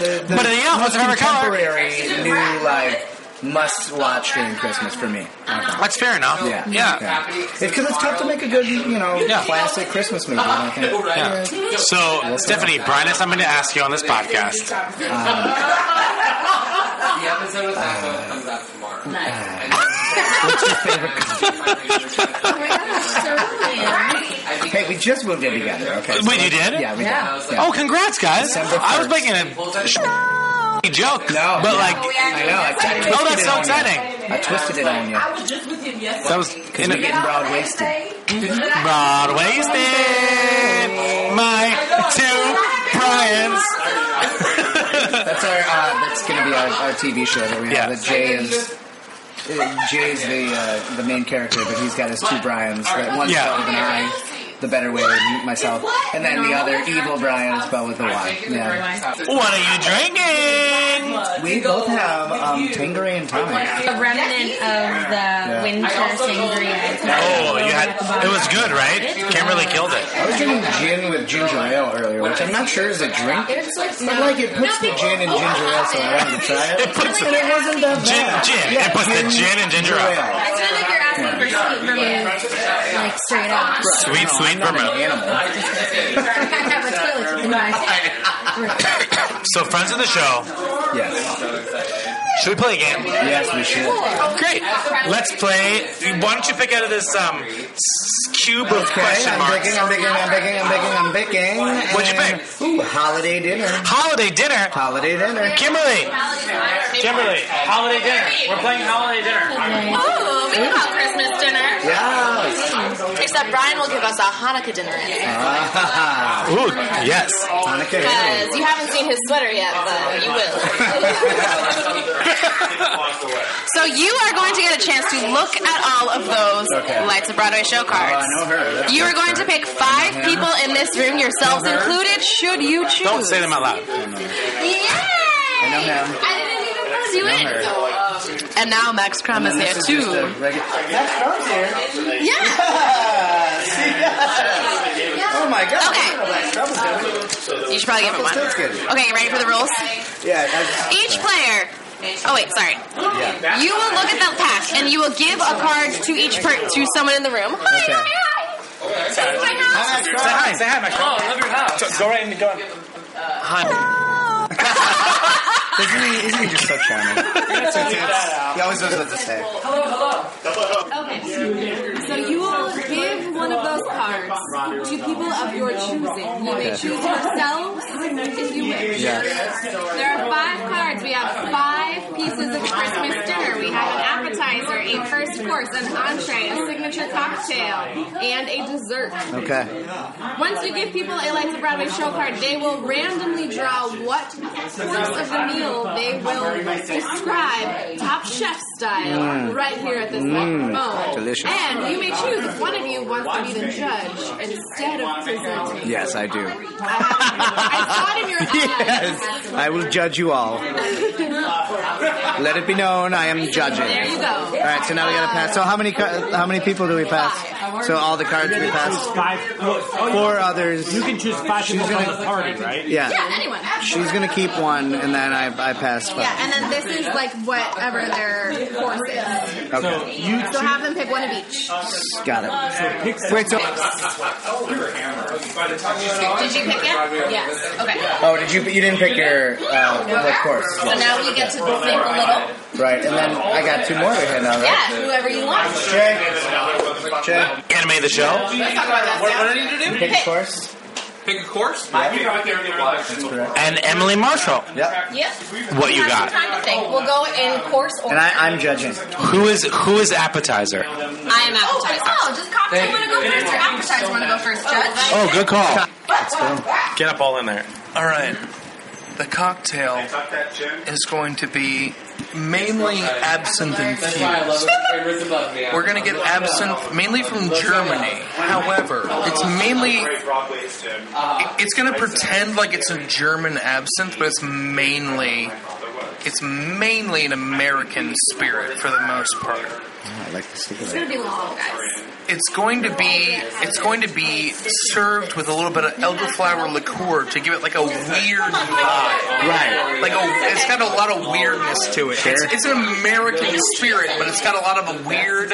S1: The,
S3: But the Elf
S1: most
S3: is favorite color.
S1: contemporary new like must-watch during Christmas for me.
S3: That's fair enough.
S1: Yeah,
S3: Yeah.
S1: Because it's tough to make a good, you know, classic Christmas movie. I think.
S3: Yeah. So, Stephanie, Brian, has something to ask you on this podcast.
S1: Uh,
S5: The episode of Seinfeld comes out tomorrow.
S1: Hey, we just moved in together. Okay.
S3: Wait, you did?
S1: Yeah, we
S25: Yeah.
S1: did.
S3: Oh, congrats, guys!
S1: December
S3: I was
S1: 1st.
S3: making a sh- joke, but like,
S1: I know. I, I twisted
S3: oh, that's
S1: it
S3: so
S1: on you.
S3: exciting!
S1: I twisted it on you.
S25: was just with him yesterday.
S3: That was
S1: Because we're getting broad wasted.
S3: broad wasted. My two Brian's.
S1: That's our. Uh, that's going to be our, our TV show that we have. That Jay is. uh, Jay's the uh, the main character, but he's got his two Brian's. That one's
S3: Yeah.
S1: yeah. with an I, the better way, and myself, and then the other evil Brian is spelled with a Y. Yeah.
S3: What are you drinking?
S1: We both have um, Tangeray and tonic.
S25: A remnant of the winter sangria.
S3: Oh, you had it was good, right? Kimberly killed
S1: I
S3: it.
S1: was drinking gin with ginger ale earlier, which I'm not sure is a drink. But like it puts the gin in ginger ale, so I wanted to try it. It
S3: puts
S1: and it wasn't that
S3: Gin,
S1: bad.
S3: gin. It puts the gin and ginger ale.
S25: I feel like you're asking for sweet vermouth, like straight up.
S3: Sweet, sweet
S11: [LAUGHS]
S3: vermouth.
S25: Let's go with you guys.
S3: So, friends of the show. Yes. Should we play a game? Yes, we should. Great. Let's play. Why don't you pick out of this um, s- cube of
S1: Okay,
S26: Question
S1: I'm
S26: marks.
S1: baking, I'm baking, I'm baking, I'm baking, I'm baking. What'd you pick? Ooh, holiday dinner.
S3: Holiday dinner.
S1: Holiday dinner.
S3: Kimberly.
S1: Kimberly,
S16: holiday dinner. We're playing holiday dinner.
S25: Oh, we can call Christmas dinner.
S1: Yes.
S4: Except Brian will give us a Hanukkah dinner Ah.
S5: Ooh, yes.
S4: because you haven't seen his sweater yet, but you will. so you are going to get a chance to look at all of those
S27: Okay.
S4: Lights of Broadway show cards.
S27: Oh, I know her. That's
S4: You are going
S27: good.
S4: to pick five
S27: Yeah.
S4: people in this room, yourselves
S27: Know her.
S4: included, should you choose.
S5: Don't say them out loud.
S4: Yay!
S27: know him.
S4: I didn't even vote you
S27: Know
S4: in.
S27: her.
S4: And now Max Crumb is
S27: And then
S4: there
S27: this
S4: too.
S27: is just a regu- That's Crum's here.
S1: [LAUGHS]
S4: Yeah.
S27: See, yes. Oh my god.
S4: Okay. You should probably give it one. Okay, you ready for the rules?
S27: Yeah.
S4: Each player. Oh wait, sorry.
S27: Yeah.
S4: You will look at the pack and you will give a card to each per- to someone in the room. Hi,
S27: Okay.
S4: hi, hi. This is my house.
S5: Say hi. Say hi, Max.
S12: Oh, I love your house.
S5: So, go right in. Go on. Hi.
S1: Isn't he, isn't he just so charming? he always knows what to say.
S11: Hello, hello. Okay. So you will give one of those cards to people of your choosing. You may
S27: Okay.
S11: choose yourselves if you wish.
S27: Yes.
S11: There are five cards. We have five pieces of Christmas dinner. We have an appetizer, a first course, an entree, a signature cocktail, and a dessert.
S27: Okay.
S11: Once you give people a Lights of Broadway show card, they will randomly draw what course of the meal they will describe, top chef style,
S27: Mm.
S11: right here at this
S27: Mm.
S11: microphone.
S27: Delicious.
S11: And you may choose if one of you wants to be the judge instead of presenting.
S1: Yes, I do.
S11: I saw it in your
S27: Yes.
S1: I will judge you all.
S11: eyes.
S1: Let it be known I am judging.
S11: There you go.
S1: All right, so now we gotta pass. So how many ca- how many people do we pass? So all the cards we pass.
S28: Five.
S1: Four others.
S28: You can choose five
S1: She's
S28: people from
S1: gonna-
S28: the party, right?
S1: Yeah.
S11: anyone.
S1: She's gonna keep one, and then I I pass five.
S11: Yeah, and then this is like whatever their course is.
S1: Okay.
S11: So,
S1: you
S11: have them pick one of each.
S3: Uh,
S1: Got it. Wait, so
S11: Did you pick it? Yes. Okay.
S1: oh, did you? You didn't pick your uh, what course?
S11: So now we get to think a little.
S1: Right, and then I got two more to hit now,
S11: Yeah,
S1: right?
S11: whoever you want.
S1: Check.
S5: Anime the show.
S12: Let's talk about that. What, what do I need to do?
S1: Pick a course.
S12: Pick a course. My favorite character in life.
S5: And Emily Marshall.
S1: Yep.
S11: Yep.
S5: What you
S11: Have some
S5: got?
S11: time to think. We'll go in course order.
S1: I'm judging.
S5: Who is who is appetizer?
S11: I am appetizer. Oh, does cocktail want to go first or appetizer want to go first, Judge?
S5: Oh, good call. Get up all in there.
S3: All right. The cocktail is going to be mainly absinthe
S12: That's why I love
S3: infused.
S12: it. It was above me.
S3: We're going to get absinthe mainly from Germany. However, it's mainly it- it's going to pretend like it's a German absinthe, but it's mainly it's mainly an American spirit for the most part.
S1: I like this.
S11: It's going to be long, guys.
S3: It's going to be it's going to be served with a little bit of elderflower liqueur to give it like a weird vibe.
S1: Right.
S3: Like a, it's got a lot of weirdness to it. It's, it's an American spirit, but it's got a lot of a weird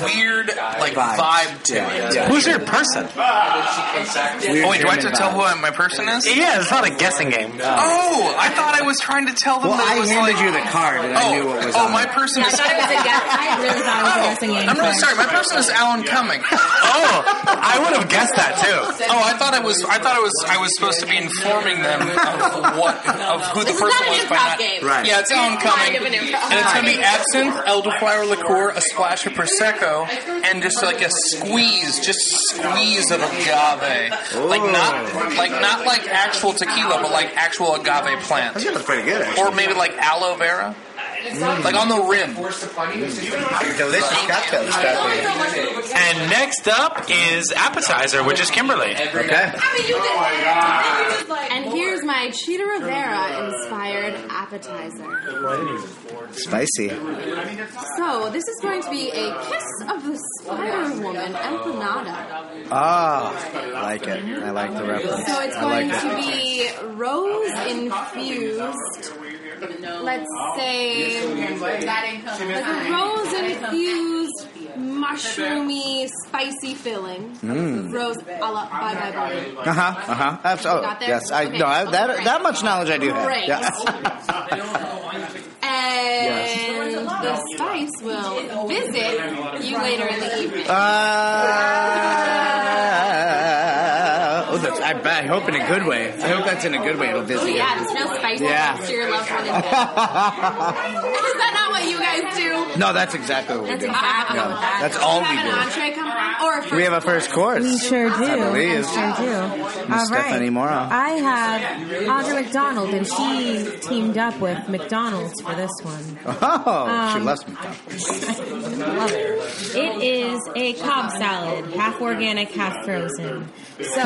S3: weird like
S5: Vibe.
S3: vibe to it.
S5: Who's your person?
S3: Oh wait, do I have to tell who I- my person is?
S5: Yeah, it's not a guessing game.
S3: Oh, I thought I was trying to tell them
S5: Well,
S3: that it
S5: I
S3: Oh, was
S5: handed
S3: like,
S5: you the
S1: card
S3: oh, Oh, my person
S11: I
S3: is Oh,
S11: thought it was a guess. I really thought it was a guessing game.
S3: I'm really sorry. My person is Alan Cumming. oh, I would have guessed that too. Oh, I thought I was. I thought I was. I was supposed to be informing them of what of who the
S12: This is
S3: person
S12: not an
S3: was by
S12: improv
S3: not.
S12: game. Right.
S3: Yeah, it's Alan
S12: It's kind
S3: Cumming,
S12: of an improv
S3: and it's gonna be
S12: game.
S3: absinthe, elderflower liqueur, a splash of prosecco, and just like a squeeze, just a squeeze of agave. Like
S6: [LAUGHS]
S3: not like not like actual tequila, but like actual agave plant.
S1: That's pretty good.
S3: Or maybe like aloe vera. Like on the rim.
S1: Delicious cocktail. This cocktail.
S5: And next up is appetizer, which is Kimberly.
S1: Okay.
S27: Oh
S11: And here's my Cheetah Rivera inspired appetizer.
S1: Spicy.
S11: So, this is going to be a Kiss of the Spider Woman empanada.
S1: Ah, I like it. I like the reference.
S11: So, it's
S1: I like
S11: going
S1: it.
S11: to be rose infused. Let's say like a rose infused mushroomy spicy filling.
S1: Mm.
S11: Rose a la bye bye bye.
S1: Uh huh. Uh huh.
S11: Got
S1: Absolutely.
S11: there?
S1: Yes. I
S11: Okay.
S1: no. I, that
S11: Great.
S1: that much knowledge I do have.
S11: Great. And the spice will visit you later in the evening.
S1: Yeah. Uh, oh, that's, I, I hope in a good way. I hope that's in a good way. It'll
S11: Oh
S1: visit. you. [LAUGHS]
S11: yeah, it smells spicy
S1: Yeah.
S11: next to your loved one. in bed. Is
S1: I
S11: that not what you guys do?
S1: No, that's exactly what we do. Yeah, that's all we
S11: An
S1: do.
S11: entree come on, or
S1: We have a first course.
S25: We sure do.
S1: I believe.
S25: We sure do.
S1: Miss
S25: All right.
S1: Stephanie Morrow.
S25: I have Audra McDonald, and she teamed up with McDonald's for this one.
S1: Oh, she
S25: Um,
S1: loves McDonald's.
S25: Love it. It is a cob salad, half organic, half frozen. So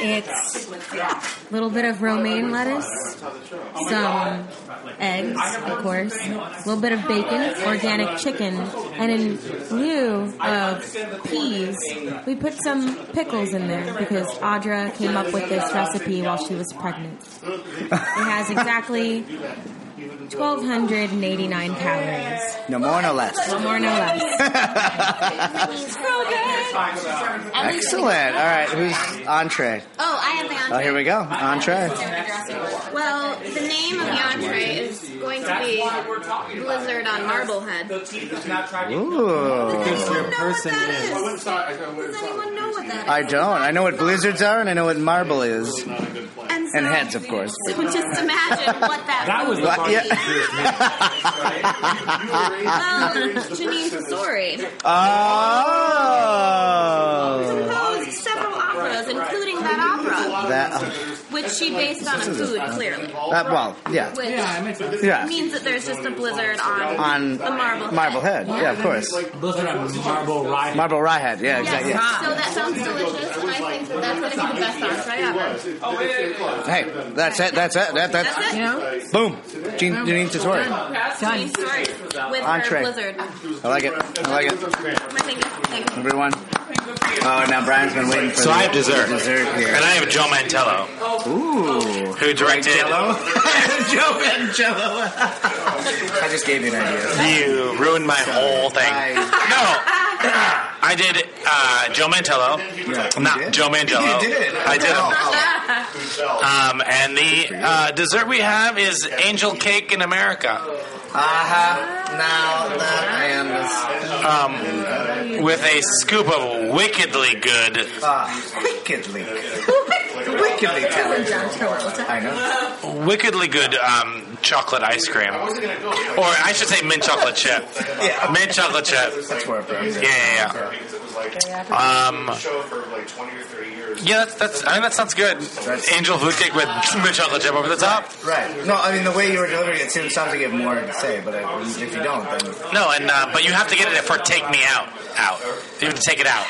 S25: it's a little bit of romaine lettuce, some eggs, of course, a little bit of bacon, organic chicken, and in lieu of peas, we put some pickles in there because Audra came up with this recipe while she was pregnant. It has exactly 1,289 calories.
S1: No more, no less.
S25: No more, no less.
S1: [LAUGHS] Excellent. All right, who's entree?
S4: Oh, I have the entree.
S1: Oh, here we go. Entree.
S4: Well, the name of the entree is going to be Blizzard on Marblehead.
S1: Ooh.
S4: Because
S1: your person
S16: Oh,
S4: Does anyone know what that
S1: I don't. I know what blizzards are, and I know what marble is,
S4: And
S1: and heads, of course.
S4: is? So just imagine what that, would be.
S1: Well, yeah. [LAUGHS]
S4: Um, Janine's story.
S1: Oh.
S4: Composed several operas, including that opera,
S1: That. oh.
S4: which she based on a food, clearly.
S1: That- well, yeah.
S4: Which
S1: Yeah.
S4: means that there's just a blizzard on,
S1: On
S4: the marble.
S1: Marblehead, yeah, of course. Blizzard on Marble Rye. Marble Rye Head, yeah, exactly. yeah.
S4: So that sounds delicious, and I think that that's going to be the best entree ever. Oh,
S1: Hey, that's it. That's it. That, that's,
S4: That's it. Yeah.
S1: Boom. Jean, Janine Tesori.
S4: Janine's story with
S1: Entree.
S4: her blizzard.
S1: I like it. I like it. Everyone. Oh, now Brian's been waiting for
S3: So
S1: the-
S3: I have dessert.
S1: dessert here.
S3: [LAUGHS] And I have Joe Mantello,
S1: Ooh.
S3: who directed.
S1: Joe [LAUGHS] Mantello. I just gave you an idea.
S3: You ruined my whole thing. No. I did uh, Joe Mantello. not Joe Mantello.
S29: You did.
S3: I did. Um, and the uh, dessert we have is angel cake in America.
S1: Uh-huh. Now that
S3: Um, with a scoop of wickedly good.
S1: Ah. wickedly. wickedly talented. I know.
S3: Wickedly good um, chocolate ice cream, or I should say mint chocolate chip. Yeah. Mint chocolate chip. That's
S1: where it
S3: Yeah, yeah, yeah. Um, yeah, that's, that's I mean, that sounds good. Angel food cake with [LAUGHS] mint chocolate chip over the top.
S1: Right. No, I mean, the way you were delivering it seems sounds like you have more to say, but I, if you don't, then...
S3: No, and uh, but you have to get it for take me out. Out. You have to take it out.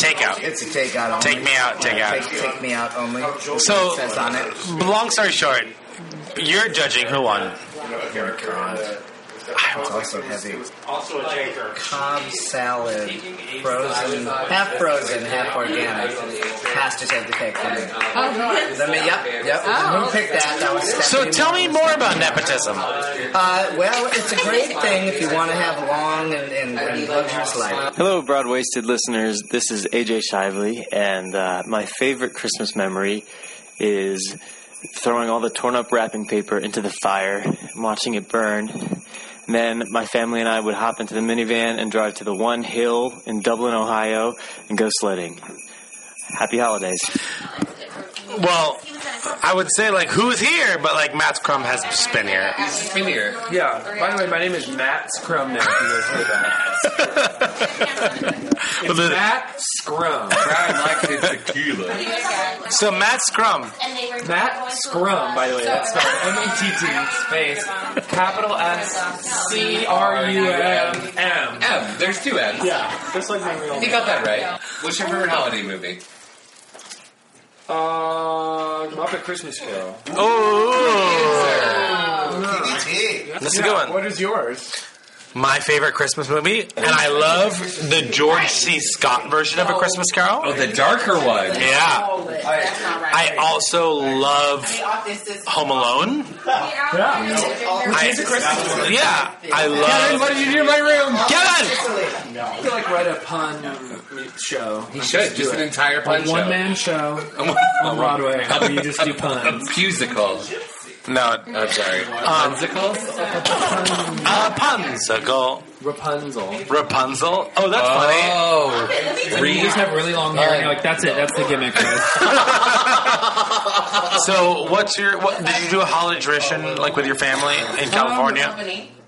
S3: Take out.
S1: It's a takeout only.
S3: Take me out. Take out.
S1: Take, take me out only.
S3: So-
S1: It says on it.
S3: Long story short, you're judging who won.
S1: Here it comes. It's also heavy.
S5: Also a taker.
S1: Cobb salad, frozen, half frozen, half organic. Has to take the cake for me. Uh, Let me- yep, yep. Who picked that? That was
S3: So tell me more about nepotism.
S1: Uh, well, it's a great thing if you want to have a long and, and, and luxurious life.
S27: Hello, Broad Wasted listeners. This is AJ Shively, and uh, my favorite Christmas memory is throwing all the torn up wrapping paper into the fire and watching it burn. And then my family and I would hop into the minivan and drive to the one hill in Dublin, Ohio, and go sledding. Happy holidays.
S3: Well, I would say like who's here, but like Matt's crumb has been here. He's been here.
S5: Yeah. By the way, my name is Matt Scrum. Now, if you guys heard that. [LAUGHS] It's Matt Scrum.
S3: So Matt Scrum.
S5: Matt Scrum, by the way, that's spelled M A T T space capital S C R U M M.
S6: M.
S5: There's two M's. Yeah, just like my real.
S6: He got that right.
S5: What's your favorite holiday movie? Uh, Muppet Christmas Carol.
S1: Oh! TBT.
S3: That's a good one.
S9: What is yours?
S3: My favorite Christmas movie, and I love the George C. Scott version of A Christmas Carol. Oh, the darker one. Yeah. I also love Home Alone. I- yeah, I love.
S5: What did you do in my room?
S3: Get
S5: I feel like write a pun show.
S6: He should, just an entire pun A show.
S5: [LAUGHS]
S6: one-man
S5: show
S6: on
S5: [LAUGHS]
S6: Broadway, where you just do
S5: puns. Um, A pusical.
S3: No,
S5: I'm sorry.
S3: Uh, punsicle.
S5: Rapunzel.
S3: Rapunzel. Oh, that's funny.
S6: You just have really long hair, and you're like, that's it. That's the gimmick,
S3: [LAUGHS]
S6: guys. Um,
S3: So, what's your? What did you do a holiday tradition like with your family in California?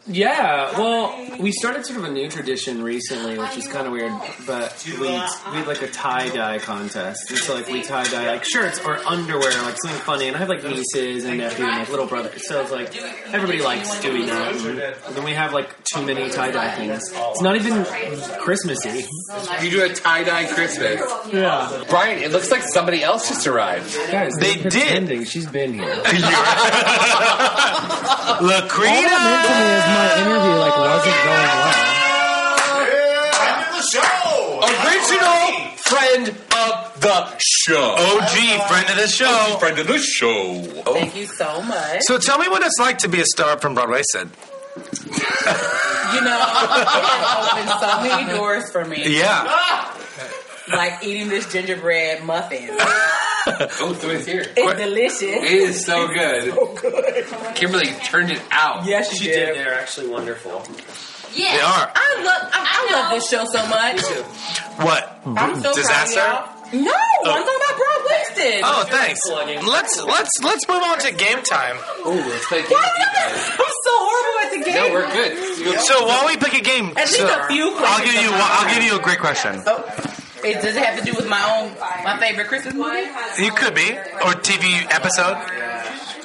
S6: Yeah, well, we started sort of a new tradition recently, which is kind of weird. But we we had like a tie dye contest. It's like we tie dye like shirts or underwear, like something funny. And I have like nieces and nephew and like little brother, so it's like everybody likes doing that. And then we have like too many tie dye things. It's not even Christmassy.
S5: You do a tie dye Christmas.
S6: Yeah,
S5: Brian, it looks like somebody else just arrived.
S6: guys, they did. She's been here.
S5: Lacrina!
S6: All that meant to me is my interview like wasn't going well.
S5: Original friend of the show.
S3: OG friend of the show.
S5: friend of the show.
S30: Thank you
S3: [LAUGHS]
S30: so much.
S3: So tell me what it's like to be a star from Broadway. Said
S30: you know, it opened so many doors for me.
S3: Yeah.
S30: Like eating this gingerbread muffin.
S5: Oh, so it's here.
S30: It's delicious.
S5: It is so good. Kimberly turned it out.
S30: Yes,
S6: she did. They're actually wonderful.
S30: Yeah.
S3: They are.
S30: I love I, I, love this show so much.
S3: what
S30: I'm so
S3: disaster?
S30: proud of y'all. No, I'm talking about Broad Winston.
S3: Oh, thanks. Let's let's let's move on to game time.
S5: Ooh, let's play
S30: Why did I- I'm so horrible at the game.
S3: So while we pick a game,
S30: At least
S3: so-
S30: a few
S3: I'll
S30: questions Oh,
S3: give you.
S30: on
S3: one- I'll
S30: mine.
S3: give you a great question.
S30: It does it have to do with my own my favorite Christmas movie?
S3: You could be or TV episode.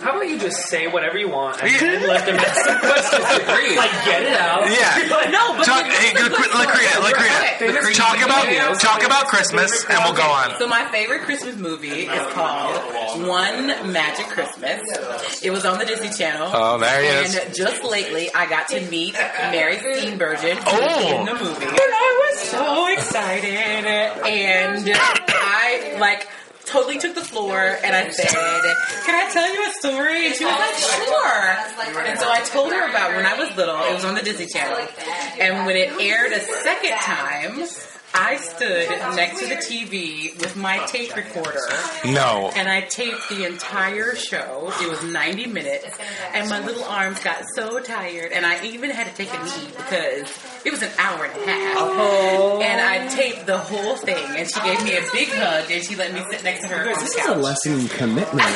S6: How about you just say whatever you want
S3: [LAUGHS]
S6: and then let them ask some questions? like, get it out. [LAUGHS]
S3: Yeah.
S30: [LAUGHS] no, but
S3: talk, hey, Lacrina, Lacrina,
S30: Okay.
S3: talk about talk about Christmas, and we'll go on.
S30: So my favorite Christmas movie is called One Magic Christmas. It was on the Disney Channel.
S3: Oh, there he
S30: and
S3: is.
S30: just lately, I got to meet Mary Steenburgen who was
S3: Oh.
S30: in the movie, and I was so excited. And I like totally took the floor, and I said, "Can I tell you a story?" And she was like, "Sure." And so I told her about when I was little. It was on the Disney Channel, and when it aired a second time. I stood next to the TV with my tape recorder
S3: No.
S30: and I taped the entire show. It was 90 minutes. And my little arms got so tired. And I even had to take a knee because it was an hour and a half.
S6: Oh.
S30: And I taped the whole thing. And she gave me a big hug and she let me sit next to her. on the
S31: This is a
S30: couch.
S31: lesson in commitment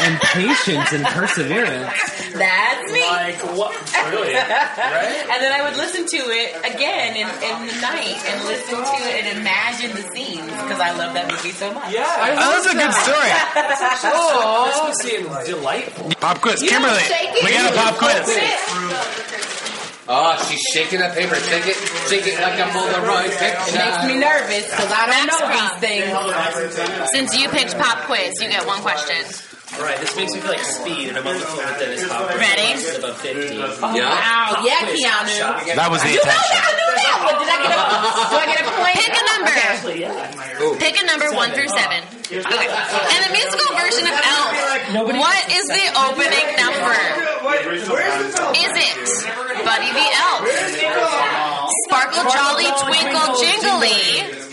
S31: and patience and perseverance.
S30: That's me. Like
S6: what?
S31: Really? Right?
S30: [LAUGHS] and then I would listen to it again in, in the night and listen to it and imagine the scenes because I love that movie so much. Yeah,
S3: Oh, that's a good story.
S6: [LAUGHS]
S30: oh,
S6: delightful.
S3: Pop quiz,
S30: You
S3: Kimberly.
S30: don't shake it.
S3: We got a pop quiz.
S5: Oh, she's shaking that paper. Shake it, shake it like a Polaroid picture.
S30: makes me nervous because I don't know
S11: Max
S30: these
S11: Prop.
S30: things.
S11: Since you picked pop quiz, you get one question.
S32: All right, this makes me feel like speed, and I'm on the phone with Dennis Hopper.
S11: Ready?
S32: He's about 50.
S30: Oh, wow. Yeah, Keanu.
S32: That was the
S30: you
S32: intention.
S30: know that. I knew that one. Did I get a, do I get a point?
S11: Pick a number.
S5: Ooh.
S11: Pick a number one through seven. Okay. And the musical version of Elf. What is the opening number? Is it Buddy the Elf? Sparkle Jolly Twinkle Jingly?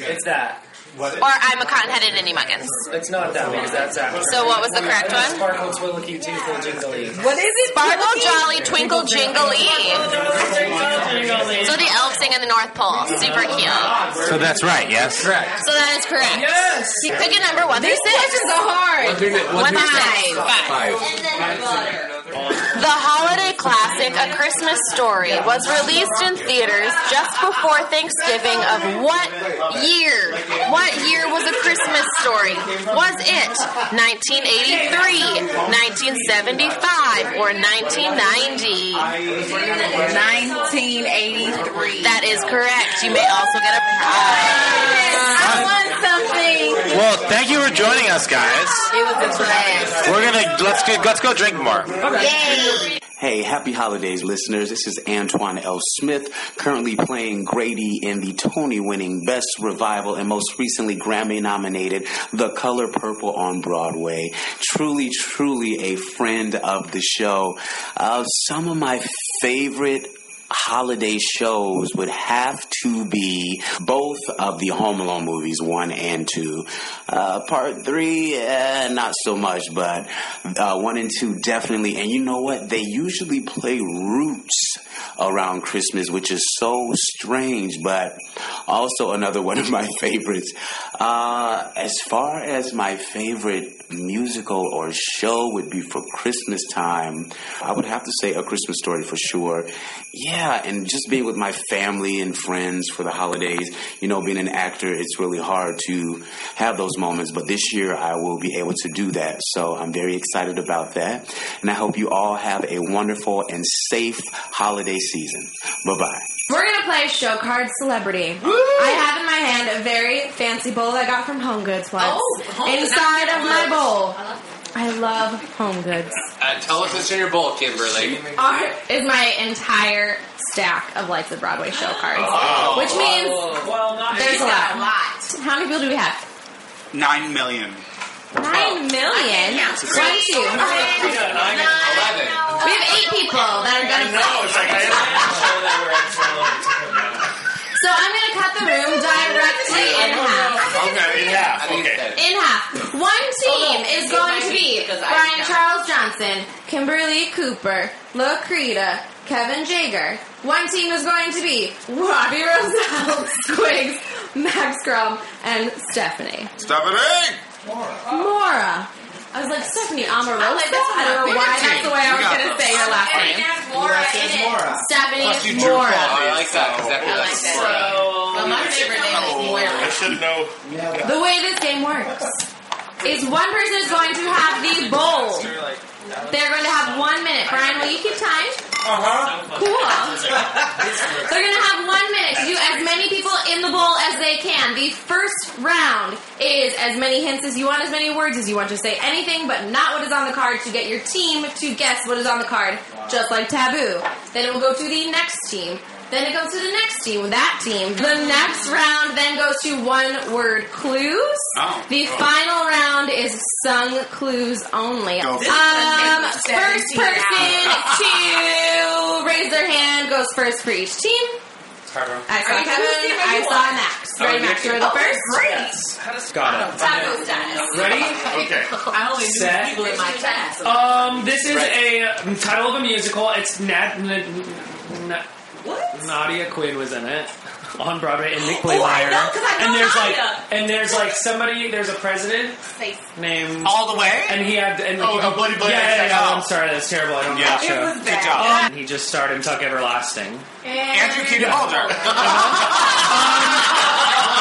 S6: It's that.
S11: Or I'm a cotton-headed ninny muggins.
S6: It's not that because that's that.
S11: So what was the correct one?
S6: Sparkle, twillicky, tinkle, jingly.
S30: What is it?
S11: Sparkle Jolly Twinkle Jingly. So the elves sing in the North Pole. Super cute.
S3: So that's right. Yes. Correct.
S11: So that is correct. Yes. Pick a number one through
S30: These
S11: six.
S30: questions are hard.
S11: One through,
S30: One through
S11: five.
S30: six.
S11: Five. The holiday classic A Christmas Story was released in theaters just before Thanksgiving of what year? What year was A Christmas Story? Was it 1983, 1975, or 1990?
S30: 1983.
S11: That is correct. You may also get a prize.
S30: Something.
S3: Well, thank you for joining us, guys.
S30: It was a blast.
S3: We're gonna let's go, let's go drink more.
S33: Hey, happy holidays, listeners. This is Antoine L. Smith, currently playing Grady in the Tony winning Best Revival and most recently Grammy nominated The Color Purple on Broadway. Truly, truly a friend of the show. Uh, some of my favorite holiday shows would have to be both of the Home Alone movies, one and two. Uh, part three, eh, not so much, but uh, one and two definitely. And you know what? They usually play Roots around Christmas, which is so strange, but [LAUGHS] also another one of my favorites. Uh, as far as my favorite musical or show would be for Christmas time, I would have to say A Christmas Story for sure. Yeah, and just being with my family and friends for the holidays, you know, being an actor, it's really hard to have those moments, but this year I will be able to do that. So I'm very excited about that. And I hope you all have a wonderful and safe holiday season. Bye bye.
S11: We're gonna play show card celebrity. I have in my hand a very fancy bowl I got from Oh, Home Goods once. Inside of my bowl, I love Home Goods.
S16: Uh, tell us what's in your bowl, Kimberly.
S11: Are, is my entire stack of Lights of Broadway show cards,
S16: Oh.
S11: which means
S16: Well, not-
S11: there's
S16: She's
S11: a
S16: got
S11: lot. How many people do we have?
S12: Nine million.
S11: Nine million. One, two. We have eight people that are gonna play. So I'm gonna cut the room directly in half.
S12: Okay, yeah. Okay.
S11: In half. One team
S4: Oh,
S11: is going to be Brian Charles Johnson, Kimberly Cooper, Lacrita, Kevin Jager. One team is going to be Robbie Roselle, [LAUGHS] Squigs, Max Grum, and Stephanie.
S12: Stephanie!
S11: Mora. I was like, Stephanie Amorosa?
S4: like, that's
S11: I don't
S4: not
S11: know Oh, why
S4: fifteen.
S11: that's the way I
S4: We
S11: was
S4: got
S11: going to
S4: this.
S11: say your last
S4: And it
S11: name.
S4: has Mora Yes, in it. Mora. Plus you
S11: Stephanie
S4: drew
S11: Mora.
S4: Paul.
S16: I like that. 'cause that was
S11: Well, my favorite name is Moira.
S12: I should know.
S11: The way this game works is one person is going to have the bowl. They're going to have one minute. Brian, will you keep time?
S4: Uh-huh. [LAUGHS]
S11: Cool. They're going to have one minute to do as many people in the bowl as they can. The first round is as many hints as you want, as many words as you want. Just say anything but not what is on the card to get your team to guess what is on the card, just like Taboo. Then it will go to the next team. Then it goes to the next team, that team. The next round then goes to one word clues.
S4: Oh.
S11: The
S4: Oh.
S11: final round is sung clues only.
S4: Go.
S11: Um, first person to raise their hand goes first for each team. I saw
S4: Are you
S11: Kevin,
S4: whose team are
S11: I
S4: you
S11: saw
S4: on?
S11: Max.
S4: Oh,
S11: Ready,
S4: you're-
S11: Max, you were the
S4: oh,
S11: first.
S4: great.
S6: Got it.
S11: Taco status.
S6: Ready?
S4: Okay.
S6: I only knew Set. people in my
S11: class.
S6: Um, this is a title of a musical. It's Nat. Na- Na- Nadia Quinn was in it [LAUGHS] on Broadway and Nick Blazer.
S4: Oh, I know, 'cause I know
S6: and there's
S4: Nadia.
S6: like and there's like somebody there's a president named
S4: All the way?
S6: and he had and
S4: Oh,
S6: he,
S4: the Bloody Bloody
S6: yeah, yeah,
S4: Bloody
S6: yeah, Oh,
S4: Bloody.
S6: I'm sorry that's terrible I don't
S4: Yeah.
S6: know the
S4: It
S6: show.
S4: was Good bad. job.
S6: Um, he just starred in Tuck Everlasting
S4: Andrew
S6: Keaton Older.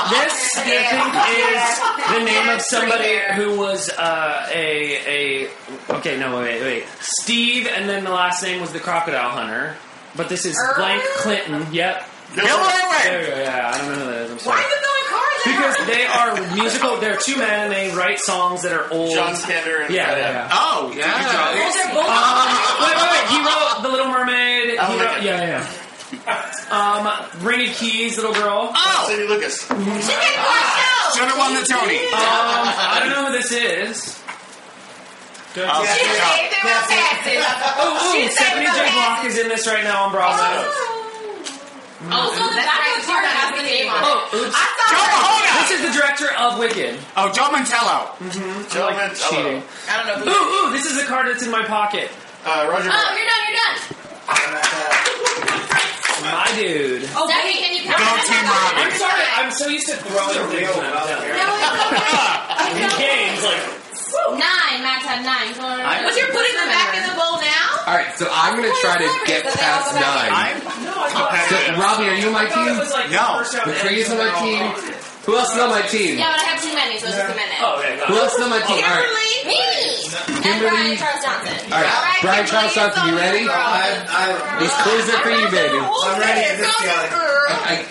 S6: This, I think, is the name of somebody who was uh, a a. Okay, no, wait, wait. Steve, and then the last name was the crocodile hunter. But this is blank Clinton. Yep.
S4: Bill Irwin.
S6: There you go, Yeah, I don't know who that is. I'm sorry.
S4: it going
S6: Because they are musical. They're two men. and They write songs that are old.
S4: John Skander and-
S6: yeah, yeah, yeah.
S4: Oh, yeah. Well, they're both-
S6: Um, wait, wait, wait. He wrote The Little Mermaid.
S4: Oh,
S6: he
S4: look
S6: wrote,
S4: at-
S6: yeah, yeah. Um, Brinny Keys, little girl. Oh, Cindy Lucas. She
S4: did Marcel! Should've won the Tony.
S6: Um, I don't know who this is. Don't
S4: Oh,
S6: you-
S4: She yeah. saved it with passes.
S6: Oh, ooh,
S4: She saved
S6: Stephanie
S4: it
S6: J.
S4: with
S6: Block is Oh, in this right now on Bravo.
S11: Oh,
S4: Also, the back of the card has the name on it.
S6: Oh, oops. Joe This is the director of Wicked. Oh, Joe Mantello. Mm-hmm.
S4: Joe
S6: like
S4: Mantello.
S6: Cheating.
S4: I don't know who
S30: [LAUGHS]
S6: Ooh, ooh, this is a card that's in my pocket. Uh,
S4: Roger
S11: Oh, you're done, you're done.
S6: My dude.
S11: Oh, Stephanie, can you count?
S6: I'm sorry, I'm so used to throwing things
S5: [LAUGHS]
S6: out. In games, like,
S11: Nine. Max had nine.
S5: I-
S11: Would you put it in the back in the bowl now?
S5: All right, so I'm gonna try to [LAUGHS] get past nine. So, Robbie, are you on my team?
S6: No.
S5: Beatrice on my team. Who else is on my team?
S11: Yeah, but I have too many, so it's just a minute.
S6: Oh, okay.
S5: Who else is on my team? All right,
S11: Kimberly, me, and Brian Charles Johnson.
S5: all right. Brian Charles Johnson, you ready? These clues are for you, baby. I'm ready. I,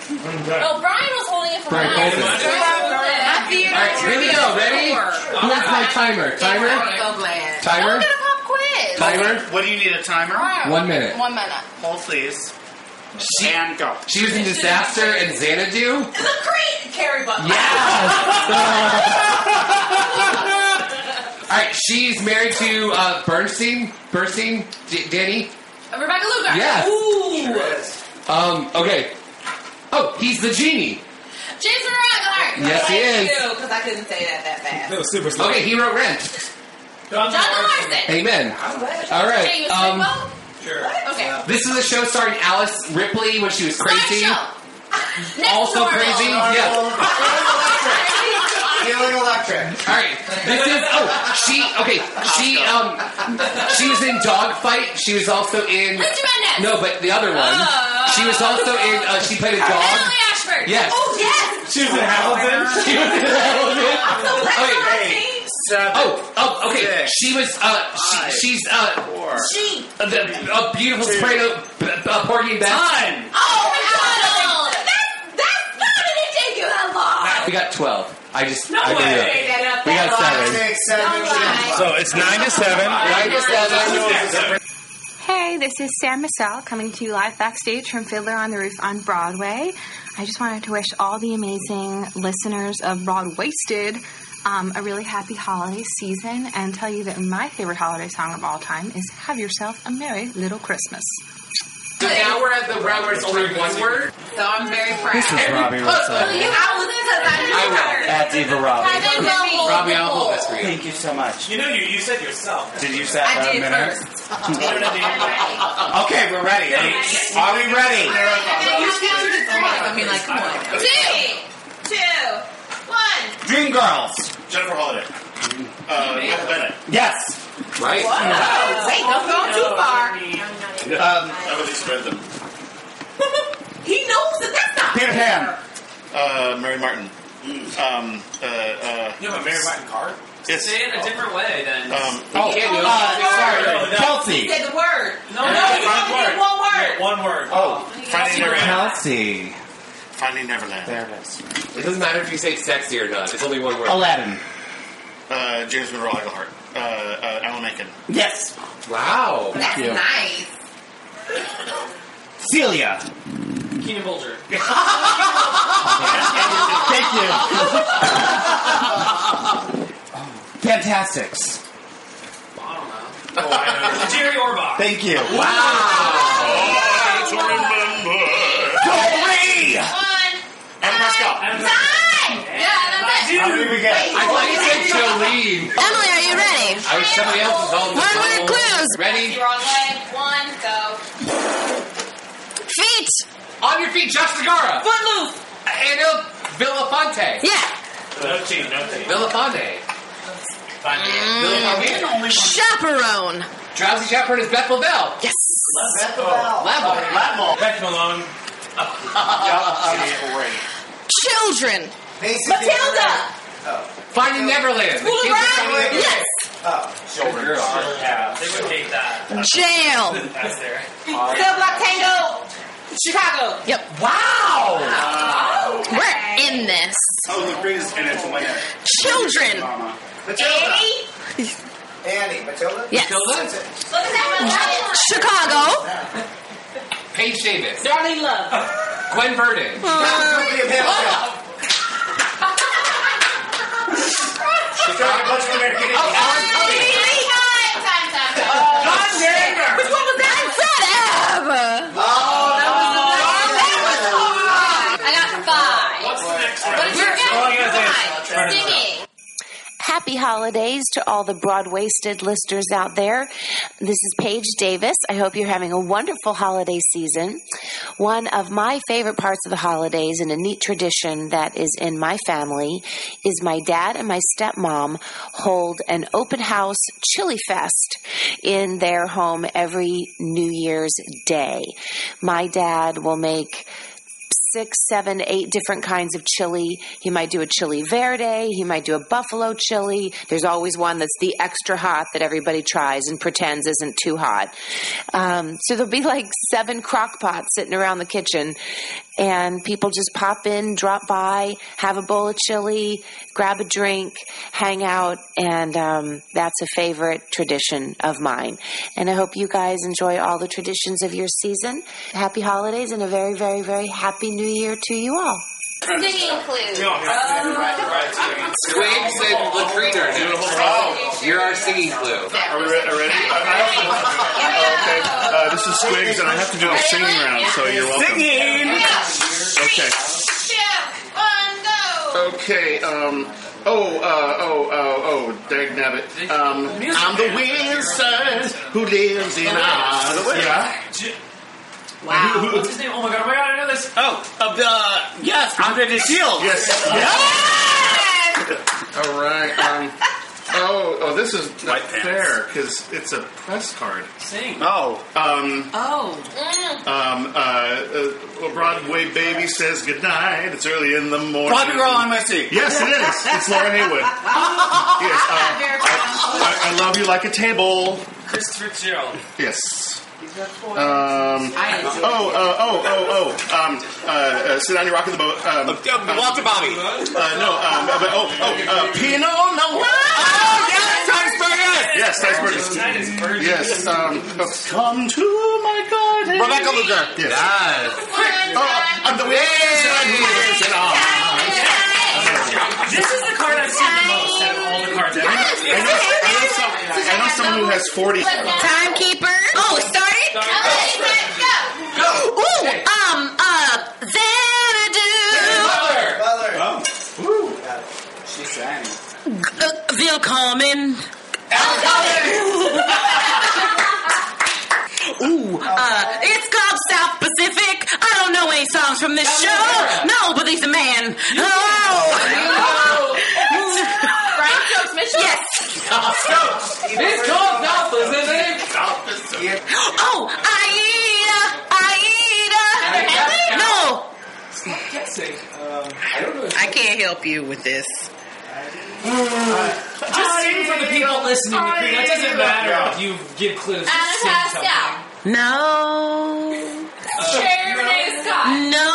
S11: Oh, Brian was holding it for
S5: Brian
S11: mine.
S5: Colson.
S11: Happy
S5: All right, here we go. Ready? Who has my timer? Timer?
S11: so glad.
S5: Timer?
S11: I'm gonna pop quiz.
S5: Timer?
S12: What do you need a timer?
S5: One minute.
S11: One minute.
S12: Hold, please. and go.
S5: She was in Disaster and Xanadu.
S11: The great Carrie Butler.
S30: [LAUGHS]
S5: All right, she's married to uh, Bernstein. Bernstein, D- Danny.
S11: Rebecca Lugar.
S5: Yes.
S11: Ooh.
S5: Um. Okay. Oh, he's the genie.
S11: James Rockart.
S5: Yes, he is.
S11: Because I couldn't say that that fast.
S5: super slow. Okay, he wrote Rent.
S11: John Larson.
S5: Amen. All
S11: Hey, you
S5: right.
S11: sleep
S5: Um,
S11: well? Okay.
S5: this is a show starring Alice Ripley when [LAUGHS] she was crazy.
S11: Next
S5: Also
S11: Marvel.
S5: crazy. Yes.
S12: Feeling electric.
S5: All right. This is oh she okay she um she was in Dogfight. She was also in
S11: Mr. Madness.
S5: no, but the other one. She was also in. Uh, she played a dog.
S11: Natalie Ashford.
S5: Yes.
S11: Oh yes. Oh,
S5: She was in Hamilton. She was in Hamilton. Wait. oh, oh, okay. she was. Uh, she, she's. Uh,
S11: She.
S5: uh, the, a beautiful spray of b- uh, Porgy and Bess.
S11: Oh my God! That that's not gonna take you that long.
S5: We got twelve. I just.
S11: No
S5: I
S11: way.
S5: made it up. We got seven.
S1: So it's nine to seven.
S5: Nine to seven.
S23: Hey, this is Sam Massel coming to you live backstage from Fiddler on the Roof on Broadway. I just wanted to wish all the amazing listeners of Broad Wasted um, a really happy holiday season and tell you that my favorite holiday song of all time is Have Yourself a Merry Little Christmas.
S4: So now we're at the round where it's only one word. So I'm very proud.
S12: This is Robbie Russell.
S4: You outlive us. I
S12: That's Eva Robbie.
S4: Kevin, no.
S12: Robbie, I'll hold this for you. Thank you so much.
S30: You know, you, you said yourself.
S12: Did you set that minute? [LAUGHS]
S30: okay, we're ready. Are we ready?
S4: I mean, like, come on.
S11: Two, two, one.
S30: Dream Girls. Jennifer Holliday. Uh, Michael Bennett. Yes. Right.
S4: Whoa. Wait, don't go too far.
S30: Um, I would spread them.
S4: [LAUGHS] He knows that that's not
S30: Peter Pan. Uh, Mary Martin. Um, uh, uh,
S3: Hmm. You have a Mary Martin card?
S30: Yes.
S3: Say it a different way then.
S30: Um,
S3: oh,
S30: uh, sorry. Kelsey.
S4: Say the word. No, no,
S30: One
S4: you only
S30: word.
S4: need one word.
S30: One word. Oh, Finding Neverland.
S12: Kelsey.
S30: Finding Neverland.
S12: There it is.
S34: It doesn't matter if you say sexy or not. It's only one word.
S12: Aladdin.
S30: Uh, James Monroe Iglehart. Uh, uh, Alan Menken.
S12: Yes.
S34: Wow.
S30: Thank you.
S4: nice.
S12: Celia.
S3: Keenan Bolger.
S12: Thank you. Fantastics.
S3: Jerry Orbach.
S12: Thank you.
S3: Oh.
S30: Corey! Adam Pascal.
S5: How did we get? I thought you said Jolene.
S6: Emily, are you ready?
S5: I was somebody else's all
S6: One word clues.
S5: Oh, Ready?
S11: leg. One, go.
S6: Feet.
S5: On your feet, Josh Nagara.
S4: Footloose.
S5: Anil Villafonte.
S6: Yeah.
S30: [LAUGHS] No team, no team.
S5: Villafonte. Villafonte.
S6: Chaperone.
S5: Drowsy Chaperone is Beth Lavelle.
S6: Yes.
S5: Beth Lavelle. Lavelle.
S3: Beck Malone.
S6: Children.
S4: Matilda.
S5: Finding Neverland. The
S4: School of
S5: kids are finding
S4: Rock.
S6: Yes.
S5: Neverland.
S3: Yeah, they would hate that.
S6: Jail.
S3: That's there.
S4: Still Black Tango. Chicago.
S6: Yep.
S4: Wow.
S6: We're in this.
S30: Oh, the greatest in it.
S6: Children.
S4: Annie.
S12: Annie. Matilda?
S6: Yes.
S5: Matilda?
S4: Look at that
S6: Chicago.
S5: Paige Davis.
S4: Darling Love.
S5: Gwen Verdon.
S6: Oh.
S4: Oh, Which one was that?
S6: Whatever.
S23: Happy holidays to all the broad waisted listeners out there. This is Paige Davis. I hope you're having a wonderful holiday season. One of my favorite parts of the holidays and a neat tradition that is in my family is my dad and my stepmom hold an open house chili fest in their home every New Year's Day. My dad will make six, seven, eight different kinds of chili. He might do a chili verde. He might do a buffalo chili. There's always one that's the extra hot that everybody tries and pretends isn't too hot. Um, so there'll be like seven crock pots sitting around the kitchen, and people just pop in, drop by, have a bowl of chili, grab a drink, hang out, and um, that's a favorite tradition of mine. And I hope you guys enjoy all the traditions of your season. Happy holidays and a very, very, very happy new year to you all.
S11: Singing clues.
S34: Twigs and Latrina are doing a whole song. You're our singing clue.
S16: Are we re- are ready? I, I also, oh, okay. Uh, this is Squigs, and I have to do a singing round, so you're welcome. Okay. Okay. Um. Oh. Uh, oh. Oh. Oh. Dag nabbit. Um. I'm the weird son who lives in Ottawa. Yeah.
S3: Wow. What's his name? Oh my god, oh my god, I know this. Oh, uh, uh, yes, Andre Desilles.
S16: Yes.
S3: Yes.
S16: All right. Um, oh, oh, this is not fair because it's a press card.
S30: Sing.
S16: Oh. Um,
S4: Mm.
S30: Oh.
S16: um, uh, uh, Broadway Baby says goodnight. It's early in the morning.
S4: Bobby Girl, MIC.
S16: Yes, it is. It's Lauren Haywood. Yes, uh, I, I love you like a table.
S30: Christopher Gerald.
S16: Yes. Um, oh, uh, oh, oh, oh, um, uh, uh, sit on your rock in the boat. Um,
S4: walk to Bobby.
S16: Uh, no, um, uh, but, oh, oh, uh, Pino, no.
S4: Oh, yes, Titus Burgess.
S16: Yes, Titus Burgess.
S30: Titus Burgess.
S16: Yes, um, oh, come to my garden.
S4: Rebecca Luger. Ah.
S16: Yes.
S4: Oh,
S16: I'm the way.
S30: This is the card I've seen the most out of all the cards. Yes,
S16: I know, I know, some, I know someone who has 40.
S11: Timekeeper. Oh, it started? Okay, set, go. Ooh, um, uh, Xanadu.
S4: Butler. Oh. Woo. She sang.
S11: Uh, Willkommen. Ooh, uh, it's called South Pacific. I don't know any songs from this show. No, but he's a man. Oh.
S35: Brian
S11: Uh,
S35: Stokes Mitchell.
S11: Yes.
S36: It's called South Pacific.
S4: South Pacific.
S11: Oh, Aida. Aida. No.
S36: Guessing.
S37: I can't help you with this.
S30: Just sing for the people listening. to you. That doesn't matter if you give clues. Just sing
S35: Anastas
S30: something.
S35: out.
S11: No.
S35: Sherry Renee Scott.
S11: No.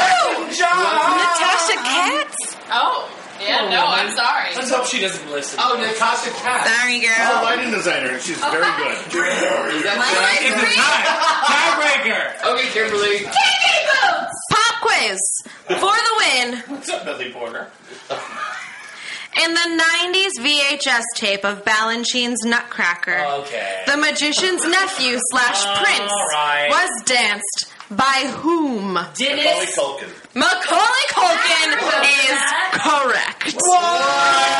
S35: Oh, John.
S11: Natasha Katz.
S35: Oh. Yeah, no, I'm sorry.
S30: Let's hope she doesn't listen.
S4: Oh, Natasha Cat.
S11: Sorry, girl.
S16: She's a lighting designer. She's very
S4: Oh.
S16: good.
S4: Is that right?
S36: It's a tie.
S4: Tiebreaker. Okay, Kimberly.
S11: Kiki Boots. Pop quiz for the win.
S4: What's up, Billy Porter?
S11: In the 90s VHS tape of Balanchine's Nutcracker,
S4: Okay.
S11: the magician's nephew slash prince
S4: right.
S11: was danced by whom?
S4: Macaulay Culkin.
S11: Macaulay
S4: Ah,
S11: Culkin is correct.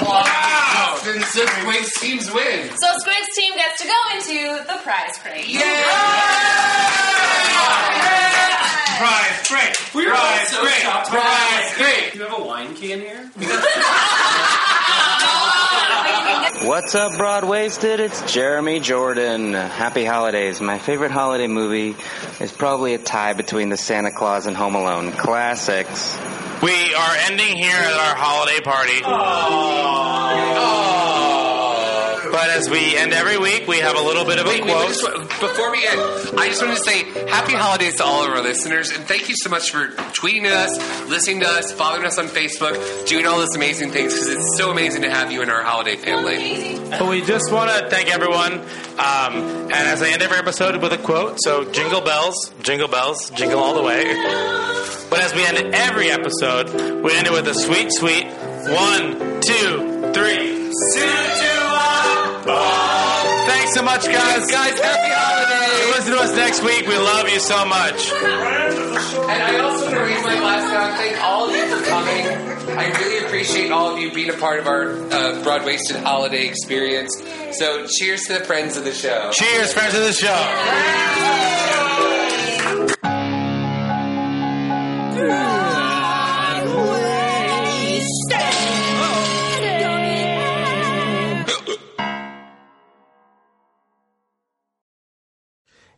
S4: Wow. Then Squig's teams win.
S35: So Squig's team gets to go into the prize crate.
S36: Prize break.
S30: We were
S36: Prize
S30: so
S36: break.
S30: shocked. by
S36: Prize
S30: that.
S36: break.
S30: Do you have a wine can here?
S1: What's up, Broad Wasted? It's Jeremy Jordan. Happy holidays. My favorite holiday movie is probably a tie between The Santa Claus and Home Alone. Classics.
S3: We are ending here at our holiday party.
S5: Oh.
S3: Oh. But as we end every week, we have a little bit of a
S5: Wait, wait,
S3: quote.
S5: we just wa- before we end, I just wanted to say happy holidays to all of our listeners, and thank you so much for tweeting at us, listening to us, following us on Facebook, doing all those amazing things because it's so amazing to have you in our holiday family.
S3: But we just want to thank everyone. Um, and as I end every episode with a quote, so jingle bells, jingle bells, jingle all the way. But as we end every episode, we end it with a sweet, sweet one, two, three. Thanks so much, guys. Guys, happy holidays. Listen to us next week. We love you so much.
S5: And I also want to raise my glass now and thank all of you for coming. I really appreciate all of you being a part of our uh, broad wasted holiday experience. So cheers to the friends of the show.
S3: Cheers, friends of the show.